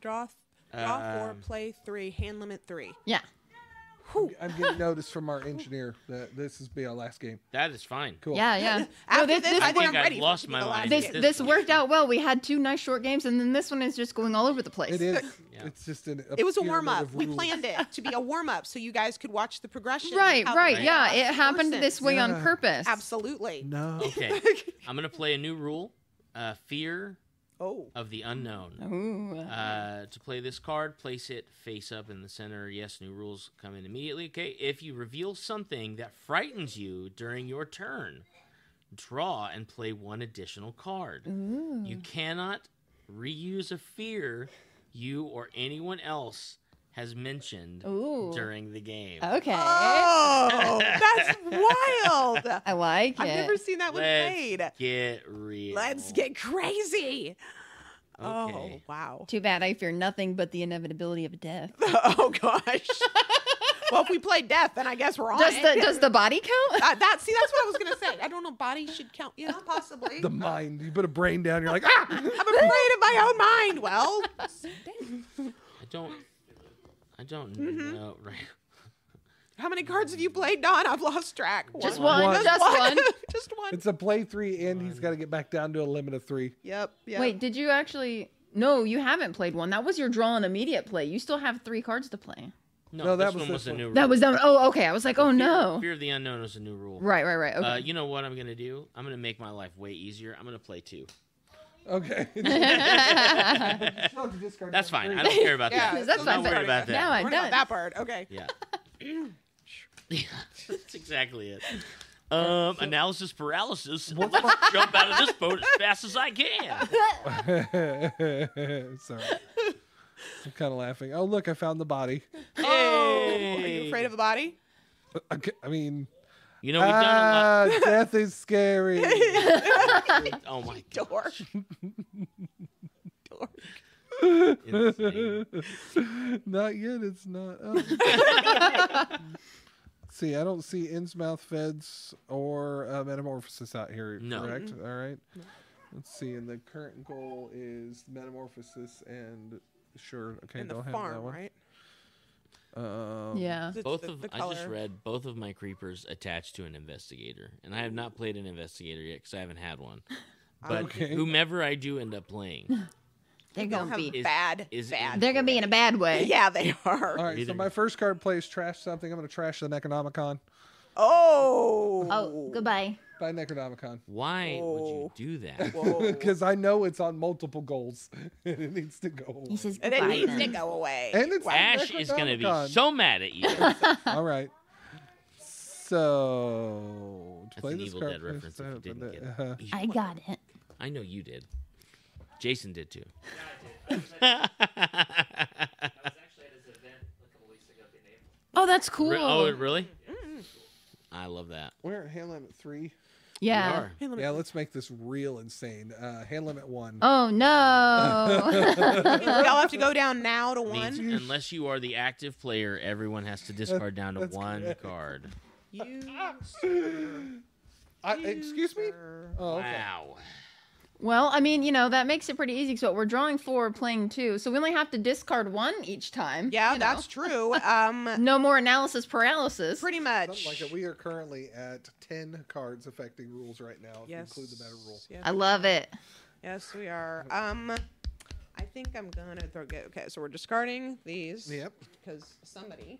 Speaker 3: Draw. th- Draw four.
Speaker 1: Um,
Speaker 3: Play three. Hand limit three.
Speaker 4: Yeah.
Speaker 2: I'm getting notice from our engineer that this is be our last game.
Speaker 1: That is fine.
Speaker 2: Cool.
Speaker 4: Yeah. Yeah.
Speaker 3: After
Speaker 4: this- this
Speaker 1: I
Speaker 4: I think
Speaker 1: think
Speaker 3: I'm
Speaker 1: I
Speaker 3: ready for it
Speaker 1: lost
Speaker 3: to be
Speaker 1: my
Speaker 3: the
Speaker 1: mind.
Speaker 3: last
Speaker 4: This
Speaker 1: at
Speaker 4: this
Speaker 1: point.
Speaker 4: worked out well. We had two nice short games, and then this one is just going all over the place.
Speaker 2: It is.
Speaker 1: Yeah.
Speaker 2: It's just an.
Speaker 3: It was a
Speaker 2: experiment
Speaker 3: warm up.
Speaker 2: of
Speaker 3: We
Speaker 2: rules.
Speaker 3: planned it to be a warm up so you guys could watch the progression.
Speaker 4: Right.
Speaker 3: how-
Speaker 4: Right.
Speaker 1: Right.
Speaker 4: Yeah.
Speaker 3: Us
Speaker 4: It happened
Speaker 3: persons.
Speaker 4: this way on
Speaker 2: Yeah.
Speaker 4: purpose.
Speaker 3: Absolutely.
Speaker 2: No.
Speaker 1: Okay, I'm gonna play a new rule. Uh, fear
Speaker 3: Oh.
Speaker 1: of the unknown.
Speaker 4: Ooh.
Speaker 1: Uh, to play this card, place it face up in the center. Yes, new rules come in immediately. Okay, if you reveal something that frightens you during your turn, draw and play one additional card. You
Speaker 4: Mm.
Speaker 1: cannot reuse a fear you or anyone else has mentioned
Speaker 4: Ooh.
Speaker 1: during the game.
Speaker 4: Okay.
Speaker 3: Oh, that's wild.
Speaker 4: I like it.
Speaker 3: I've never seen that one
Speaker 1: Let's
Speaker 3: played.
Speaker 1: get real.
Speaker 3: Let's get crazy. Oh,
Speaker 1: Okay.
Speaker 3: wow.
Speaker 4: Too bad I fear nothing but the inevitability of death.
Speaker 3: Oh, gosh. well, if we play death, then I guess we're on
Speaker 4: Does
Speaker 3: it.
Speaker 4: the does the body count?
Speaker 3: Uh, that, see, that's what I was going to say. I don't know. Body should count. Yeah, possibly.
Speaker 2: The mind. You put a brain down. You're like ah.
Speaker 3: I'm afraid of my own mind. Well,
Speaker 1: I don't.
Speaker 4: Oh.
Speaker 1: I don't
Speaker 4: Mm-hmm.
Speaker 1: know. Right.
Speaker 3: how many cards have you played, Don? I've lost track.
Speaker 4: Just one.
Speaker 2: One.
Speaker 4: Just one.
Speaker 3: just one.
Speaker 2: It's a play three, and he's got to get back down to a limit of three.
Speaker 3: Yep. yep.
Speaker 4: Wait, did you actually? No, you haven't played one. That was your draw and immediate play. You still have three cards to play.
Speaker 1: No,
Speaker 2: No, that
Speaker 1: this
Speaker 2: was
Speaker 1: one
Speaker 2: this
Speaker 1: was a
Speaker 2: one.
Speaker 1: new rule.
Speaker 4: That was that. Oh, okay. I was like, oh
Speaker 1: Fear-
Speaker 4: no.
Speaker 1: Fear of the unknown was a new rule.
Speaker 4: Right, right, right.
Speaker 1: Uh,
Speaker 4: Okay.
Speaker 1: you know what I'm gonna do? I'm gonna make my life way easier. I'm gonna play two.
Speaker 2: Okay. That's
Speaker 1: That's fine. I don't care about
Speaker 3: Yeah,
Speaker 1: that.
Speaker 4: that's
Speaker 1: I'm
Speaker 4: fine,
Speaker 1: not
Speaker 4: but-
Speaker 1: worried about
Speaker 4: Now
Speaker 1: that.
Speaker 4: I'm
Speaker 3: We're not
Speaker 4: done.
Speaker 3: that part. Okay.
Speaker 1: Yeah. Yeah, that's exactly it. Um, analysis paralysis. Let's jump out of this boat as fast as I can.
Speaker 2: Sorry. I'm kind of laughing. Oh look, I found the body.
Speaker 1: Oh,
Speaker 3: Oh, are you afraid of a body?
Speaker 2: Okay, I mean,
Speaker 1: You know, we've done a lot.
Speaker 2: ah, death is scary.
Speaker 1: Oh my
Speaker 3: Dork. Dork.
Speaker 1: god.
Speaker 2: not yet. It's not. up. see, I don't see Innsmouth Feds or uh, Metamorphosis out here.
Speaker 1: No.
Speaker 2: Correct. All right. Let's see. And the current goal is Metamorphosis and sure. Okay,
Speaker 3: And
Speaker 2: don't
Speaker 3: the
Speaker 2: have that
Speaker 3: farm,
Speaker 2: one.
Speaker 3: right?
Speaker 2: Um,
Speaker 4: Yeah.
Speaker 3: It's
Speaker 1: Both
Speaker 3: the-
Speaker 1: of
Speaker 3: the
Speaker 1: I just
Speaker 3: color.
Speaker 1: read both of my creepers attached to an investigator, and I have not played an investigator yet because I haven't had one. But
Speaker 2: Okay.
Speaker 1: whomever I do end up playing,
Speaker 4: They're
Speaker 3: They don't
Speaker 4: gonna
Speaker 3: have
Speaker 4: be.
Speaker 1: Is-
Speaker 3: bad.
Speaker 1: is-
Speaker 3: bad.
Speaker 4: They're gonna be in a bad way.
Speaker 3: yeah, they are.
Speaker 2: All right.
Speaker 1: Either-
Speaker 2: So my first card plays trash something. I'm going to trash the Necronomicon.
Speaker 3: Oh.
Speaker 6: Oh, goodbye.
Speaker 2: Buy Necronomicon.
Speaker 1: why
Speaker 3: Whoa.
Speaker 1: would you do that?
Speaker 3: Whoa.
Speaker 2: Because I know it's on multiple goals and it needs to go. away.
Speaker 6: He says
Speaker 3: And it
Speaker 6: goodbye.
Speaker 3: needs to
Speaker 6: then.
Speaker 3: go away.
Speaker 2: And it's
Speaker 1: Ash is going to
Speaker 2: Necronomicon.
Speaker 1: be so mad at you.
Speaker 2: All right. So to
Speaker 1: That's
Speaker 2: play
Speaker 1: an
Speaker 2: this
Speaker 1: Evil
Speaker 2: card
Speaker 1: Dead
Speaker 2: first,
Speaker 1: reference. If
Speaker 2: uh,
Speaker 1: you didn't
Speaker 2: but,
Speaker 1: get
Speaker 2: uh,
Speaker 1: it, You-
Speaker 6: I got it.
Speaker 1: I know you did. Jason did too.
Speaker 5: I was actually at his event a couple weeks ago in Naples.
Speaker 4: Oh, that's cool.
Speaker 1: Re- oh, really?
Speaker 5: Mm-hmm.
Speaker 1: I love that.
Speaker 2: we're at hand limit three.
Speaker 1: You
Speaker 4: yeah.
Speaker 1: are.
Speaker 3: Hey, let me-
Speaker 2: Yeah, let's make this real insane. Uh, hand limit one.
Speaker 4: Oh no.
Speaker 3: we all have to go down now to
Speaker 1: Means
Speaker 3: one.
Speaker 1: unless you are the active player, everyone has to discard down to
Speaker 2: That's
Speaker 1: one
Speaker 2: correct.
Speaker 1: card.
Speaker 3: You,
Speaker 2: I, excuse me.
Speaker 3: sir.
Speaker 2: Oh, okay.
Speaker 1: Wow.
Speaker 4: well, I mean, you know, that makes it pretty easy. So we're drawing four, playing two. So we only have to discard one each time.
Speaker 3: Yeah,
Speaker 4: you know.
Speaker 3: that's true. Um,
Speaker 4: No more analysis paralysis.
Speaker 3: pretty
Speaker 2: Something
Speaker 3: much.
Speaker 2: like that. We are currently at ten cards affecting rules right now. If you
Speaker 3: yes.
Speaker 2: include the meta rule.
Speaker 3: Yes.
Speaker 4: I love it.
Speaker 3: Yes, we are. Um, I think I'm gonna throw. Get, okay, so we're discarding these.
Speaker 2: Yep.
Speaker 3: Because somebody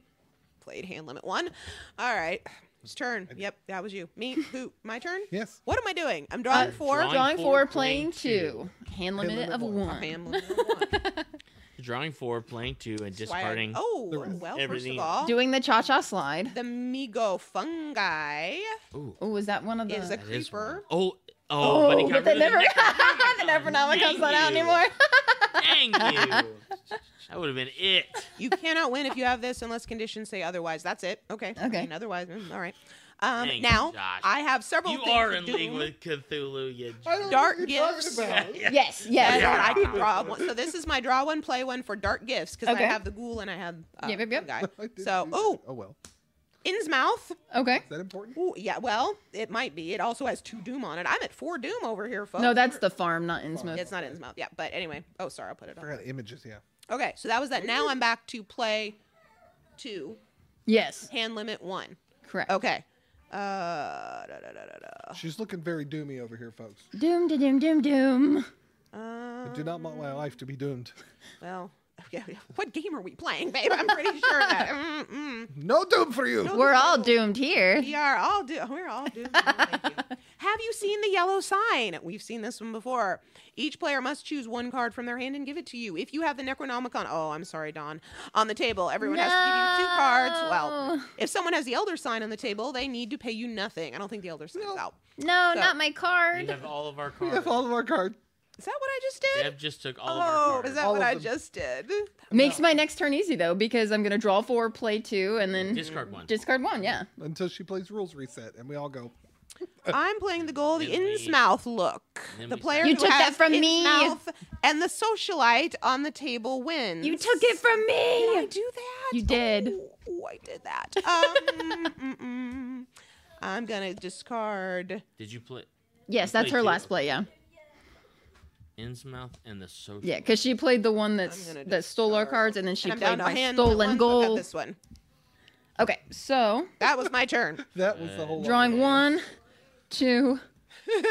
Speaker 3: played hand limit one. All right, it's turn. Yep, that was you. Me. Who? My turn.
Speaker 2: Yes.
Speaker 3: What am I doing? I'm drawing
Speaker 4: Uh,
Speaker 3: four.
Speaker 1: drawing-
Speaker 4: Drawing
Speaker 1: four,
Speaker 4: four,
Speaker 1: playing
Speaker 4: playing two. Hand limit,
Speaker 2: limit
Speaker 4: of
Speaker 2: one.
Speaker 4: one.
Speaker 3: Hand limit one.
Speaker 1: Drawing four, playing two, and
Speaker 3: Why I-
Speaker 1: discarding.
Speaker 3: Oh, well, first
Speaker 1: everything.
Speaker 3: of all,
Speaker 4: Doing the cha cha slide.
Speaker 3: the Migo fungi
Speaker 1: Ooh,
Speaker 4: Oh, is that one of the?
Speaker 3: is a
Speaker 1: that is one.
Speaker 3: creeper.
Speaker 1: Oh, oh,
Speaker 4: oh,
Speaker 1: but he got
Speaker 4: but that
Speaker 1: rid of
Speaker 4: never.
Speaker 1: the
Speaker 4: the Necronomicon's not out
Speaker 1: Thank you.
Speaker 4: anymore.
Speaker 1: Dang you! That would have been it.
Speaker 3: You cannot win if you have this unless conditions say otherwise. That's it. Okay. I
Speaker 4: Okay.
Speaker 3: mean, otherwise, mm, all right. Um,
Speaker 1: Thanks,
Speaker 3: now
Speaker 1: Josh.
Speaker 3: I have several.
Speaker 1: You
Speaker 3: things
Speaker 1: are
Speaker 3: to
Speaker 1: in
Speaker 3: do.
Speaker 1: league with Cthulhu. You.
Speaker 2: I don't know
Speaker 3: Dark
Speaker 2: what you're talking
Speaker 3: gifts.
Speaker 2: about.
Speaker 4: yes,
Speaker 3: That's
Speaker 4: yes.
Speaker 3: what I can draw one. So this is my draw one, play one for dark gifts because
Speaker 4: Okay.
Speaker 3: I have the ghoul and I have uh,
Speaker 4: Yep, yep, yep.
Speaker 3: guy.
Speaker 2: I did
Speaker 3: So
Speaker 2: do that.
Speaker 3: oh,
Speaker 2: oh well.
Speaker 3: Innsmouth.
Speaker 4: Okay.
Speaker 2: Is that important?
Speaker 3: Ooh, yeah. Well, it might be. It also has two doom on it. I'm at four doom over here, folks.
Speaker 4: No, that's the farm, not Innsmouth.
Speaker 3: It's not Innsmouth. Yeah, but anyway. Oh, sorry. I'll put it
Speaker 2: I
Speaker 3: on.
Speaker 2: forgot images. Yeah.
Speaker 3: Okay, so that was that. Now I'm back to play two,
Speaker 4: Yes,
Speaker 3: hand limit one.
Speaker 4: correct.
Speaker 3: Okay. Uh, da, da, da, da,
Speaker 2: She's looking very doomy over here, folks.
Speaker 4: Doom, da doom, doom, doom.
Speaker 3: da. Um,
Speaker 2: I do not want my life to be doomed.
Speaker 3: well, what game are we playing, babe? I'm pretty sure that mm, mm,
Speaker 2: No doom for you.
Speaker 4: We're all doomed here.
Speaker 3: we are all do. We're all doomed. No, thank you. Have you seen the yellow sign? We've seen this one before. Each player must choose one card from their hand and give it to you. If you have the Necronomicon, oh, I'm sorry, Don, on the table, everyone has to give you two cards. Well,
Speaker 4: No.
Speaker 3: if someone has the Elder sign on the table, they need to pay you nothing. I don't think the Elder sign's out.
Speaker 4: No,
Speaker 3: So-
Speaker 4: not my
Speaker 1: You
Speaker 4: card.
Speaker 1: have all of our
Speaker 2: We
Speaker 1: cards.
Speaker 2: have all of our cards.
Speaker 3: Is that what I just did?
Speaker 1: Deb just took all of our
Speaker 3: Oh,
Speaker 1: cards.
Speaker 3: is that
Speaker 2: All
Speaker 3: what
Speaker 2: of
Speaker 3: I
Speaker 2: them.
Speaker 3: just did?
Speaker 4: Makes my next turn easy though, because I'm gonna draw four, play two, and then
Speaker 1: Discard one.
Speaker 4: discard one. Yeah.
Speaker 2: until she plays rules reset and we all go
Speaker 3: I'm playing the goal, the
Speaker 1: Then we-
Speaker 3: Innsmouth look.
Speaker 1: then
Speaker 3: The
Speaker 1: we-
Speaker 3: player
Speaker 4: You
Speaker 3: who
Speaker 4: took that
Speaker 3: has
Speaker 4: from me.
Speaker 3: Innsmouth and the socialite on the table wins.
Speaker 4: You took it from
Speaker 3: Did I
Speaker 4: me.
Speaker 3: do that?
Speaker 4: You did.
Speaker 3: Oh, oh, I did that. Um, mm, mm, mm. I'm gonna discard.
Speaker 1: Did you play
Speaker 4: Yes, that's her last play. Yeah.
Speaker 1: Innsmouth and the Social?
Speaker 4: Yeah, because she played the one that's
Speaker 3: I'm gonna
Speaker 4: that stole our
Speaker 3: discard.
Speaker 4: cards, and then she
Speaker 3: and I'm
Speaker 4: played
Speaker 3: down to
Speaker 4: my
Speaker 3: hand
Speaker 4: stolen
Speaker 3: ones. Look at
Speaker 4: goal.
Speaker 3: This one.
Speaker 4: Okay, so
Speaker 3: That was my turn.
Speaker 2: that
Speaker 1: Uh,
Speaker 2: was the whole
Speaker 4: drawing one, two,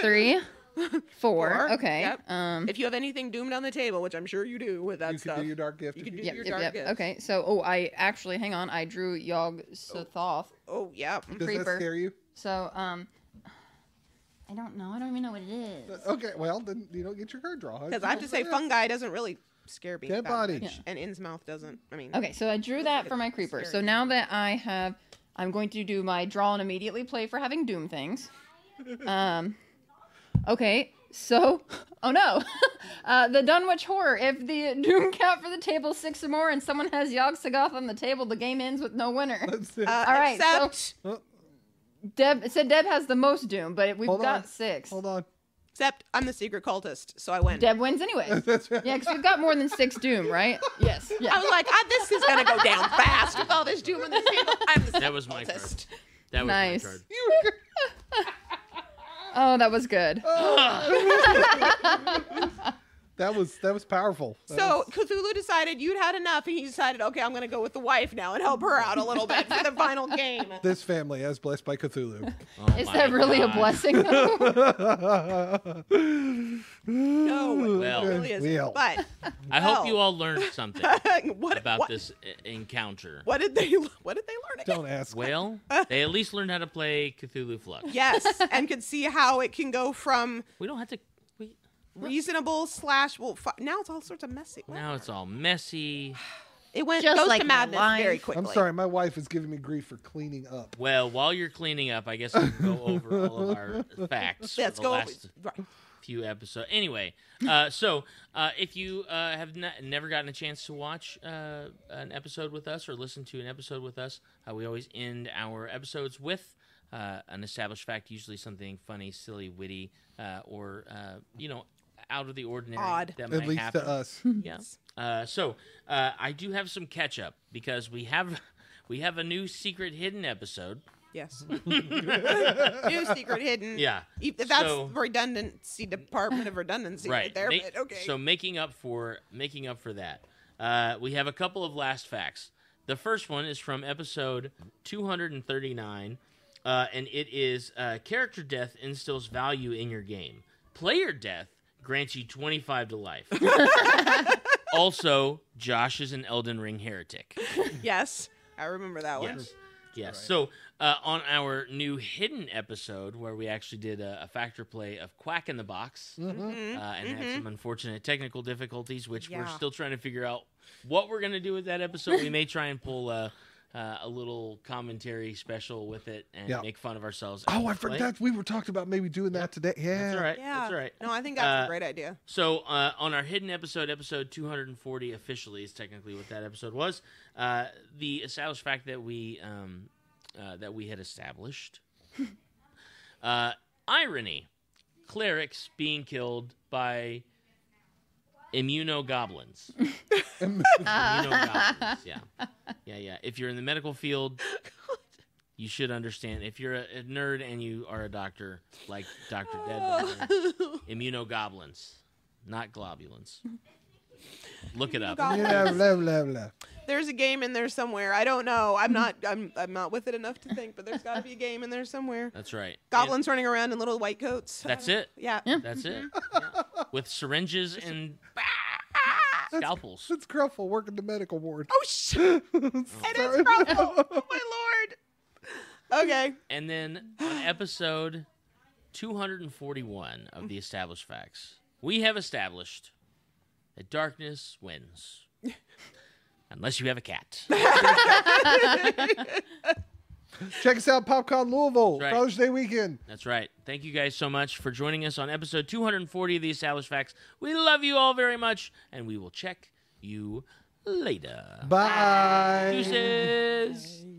Speaker 4: three, four.
Speaker 3: Four,
Speaker 4: Okay.
Speaker 3: yep.
Speaker 4: Um.
Speaker 3: If you have anything doomed on the table, which I'm sure you do with that
Speaker 2: you can
Speaker 3: stuff,
Speaker 2: do your dark gift
Speaker 3: you
Speaker 2: if
Speaker 3: can do
Speaker 4: Yep.
Speaker 3: your dark
Speaker 4: Yep. Yep.
Speaker 3: gifts.
Speaker 4: Okay. So, oh, I actually hang on. I drew Yog Sothoth.
Speaker 3: Oh, yeah.
Speaker 2: does that
Speaker 4: creeper.
Speaker 2: scare you
Speaker 4: So, um,
Speaker 6: I don't know. I don't even know what it is.
Speaker 2: okay well then you don't get your card draw
Speaker 3: Because I have to say, fungi doesn't really scare me.
Speaker 2: Dead
Speaker 3: that
Speaker 2: body.
Speaker 3: much, and Innsmouth doesn't. I mean,
Speaker 4: okay. So I drew that for my creeper. So now that I have, I'm going to do my draw and immediately play for having doom things. Um. Okay. So, Oh no! uh, the Dunwich Horror. If the Doom count for the table is six or more, and someone has Yog Sagoth on the table, the game ends with no winner.
Speaker 2: That's it. Oh,
Speaker 3: Uh,
Speaker 4: All right, so-
Speaker 3: Except
Speaker 4: Deb it said Deb has the most Doom, but we've
Speaker 2: Hold
Speaker 4: got
Speaker 2: on.
Speaker 4: six.
Speaker 2: Hold on.
Speaker 3: except I'm the secret cultist, so I win.
Speaker 4: Deb wins anyway.
Speaker 2: That's right.
Speaker 4: yeah, because we've got more than six Doom, right? Yes.
Speaker 3: I
Speaker 4: Yeah.
Speaker 3: was like, ah, this is gonna go down fast with all this doom on this table. I'm the
Speaker 1: That was my card.
Speaker 3: cultist.
Speaker 1: That was
Speaker 4: Nice.
Speaker 1: my card.
Speaker 4: Oh, that was good.
Speaker 2: That was that was powerful. That
Speaker 3: So
Speaker 2: was-
Speaker 3: Cthulhu decided you'd had enough, and he decided, okay, I'm gonna go with the wife now and help her out a little bit for the final game.
Speaker 2: this family as blessed by Cthulhu.
Speaker 1: Oh
Speaker 4: Is
Speaker 1: my
Speaker 4: that really a
Speaker 1: God.
Speaker 4: blessing? though?
Speaker 3: No,
Speaker 1: Well.
Speaker 3: it really isn't.
Speaker 2: Well.
Speaker 3: But
Speaker 1: I hope
Speaker 3: No.
Speaker 1: you all learned something
Speaker 3: what
Speaker 1: about
Speaker 3: what,
Speaker 1: this e- encounter.
Speaker 3: What did they? What did they learn? Again?
Speaker 2: Don't ask.
Speaker 1: Well, they at least learned how to play Cthulhu Flux.
Speaker 3: Yes, and could see how it can go from
Speaker 1: We don't have to. We
Speaker 3: reasonable slash well fu- now it's all sorts of messy. What?
Speaker 1: now it's all messy.
Speaker 3: It went
Speaker 6: Just
Speaker 3: goes
Speaker 6: like
Speaker 3: to
Speaker 6: my
Speaker 3: madness very
Speaker 6: life.
Speaker 3: quickly.
Speaker 2: I'm sorry, my wife is giving me grief for cleaning up.
Speaker 1: Well, while you're cleaning up, I guess we can go over all of our facts. for
Speaker 3: Let's
Speaker 1: the
Speaker 3: go.
Speaker 1: last-
Speaker 3: Right.
Speaker 1: few episodes. Anyway, uh, so uh, if you uh, have not, never gotten a chance to watch uh, an episode with us or listen to an episode with us, uh, we always end our episodes with uh, an established fact, usually something funny, silly, witty, uh, or uh, you know, out of the ordinary
Speaker 3: Odd.
Speaker 1: that
Speaker 2: At
Speaker 1: might
Speaker 2: least
Speaker 1: happen.
Speaker 2: to us.
Speaker 1: Yeah. Uh, so uh, I do have some catch up because we have we have a new secret hidden episode.
Speaker 3: Yes. New secret hidden.
Speaker 1: Yeah.
Speaker 3: E- That's
Speaker 1: So-
Speaker 3: redundancy department of redundancy right, there.
Speaker 1: Ma-
Speaker 3: but okay.
Speaker 1: So making up for making up for that, uh, we have a couple of last facts. The first one is from episode 239, uh, and it is uh, character death instills value in your game. Player death grants you 25 to life. also, Josh is an Elden Ring heretic.
Speaker 3: yes, I remember that one.
Speaker 1: Yes. Yes. So uh, on our new hidden episode, where we actually did a, a factor play of Quack in the Box,
Speaker 3: Mm-hmm.
Speaker 2: Mm-hmm.
Speaker 1: uh, and had some unfortunate technical difficulties, which we're
Speaker 3: Yeah.
Speaker 1: still trying to figure out what we're going to do with that episode. we may try and pull a, uh, a little commentary special with it and
Speaker 2: Yeah.
Speaker 1: make fun of ourselves. as
Speaker 2: Oh,
Speaker 1: we
Speaker 2: I
Speaker 1: play.
Speaker 2: forgot we were talking about maybe doing that today. Yeah.
Speaker 1: That's all right.
Speaker 3: Yeah.
Speaker 1: That's all right.
Speaker 3: No, I think that's
Speaker 1: Uh,
Speaker 3: a great idea.
Speaker 1: So uh, on our hidden episode, episode 240 officially is technically what that episode was. Uh, the established fact that we um, uh, that we had established uh, irony: clerics being killed by immunogoblins. immunogoblins. Yeah, yeah, yeah. If you're in the medical field. You should understand if you're a, a nerd and you are a doctor, like Doctor Dead immunogoblins, not globulins. Look it up.
Speaker 3: Goblin.
Speaker 2: Yeah, blah, blah, blah.
Speaker 3: There's a game in there somewhere. I don't know. I'm not. I'm. I'm not with it enough to think. But there's got to be a game in there somewhere.
Speaker 1: That's right.
Speaker 3: Goblins running around in little white coats. Um,
Speaker 1: And that's it.
Speaker 3: Yeah.
Speaker 1: That's it. Yeah. With syringes and scalpels.
Speaker 2: It's Gruffle working the medical ward.
Speaker 3: Oh shit! it is Gruffle. Oh my lord. Okay.
Speaker 1: And then on episode 241 of the Established Facts, we have established that darkness wins. Unless you have a cat.
Speaker 2: Check us out, PopCon Louisville,
Speaker 1: That's right.
Speaker 2: Father's Day weekend.
Speaker 1: That's right. Thank you guys so much for joining us on episode 240 of The Established Facts. We love you all very much, and we will check you later.
Speaker 2: Bye.
Speaker 1: Deuces.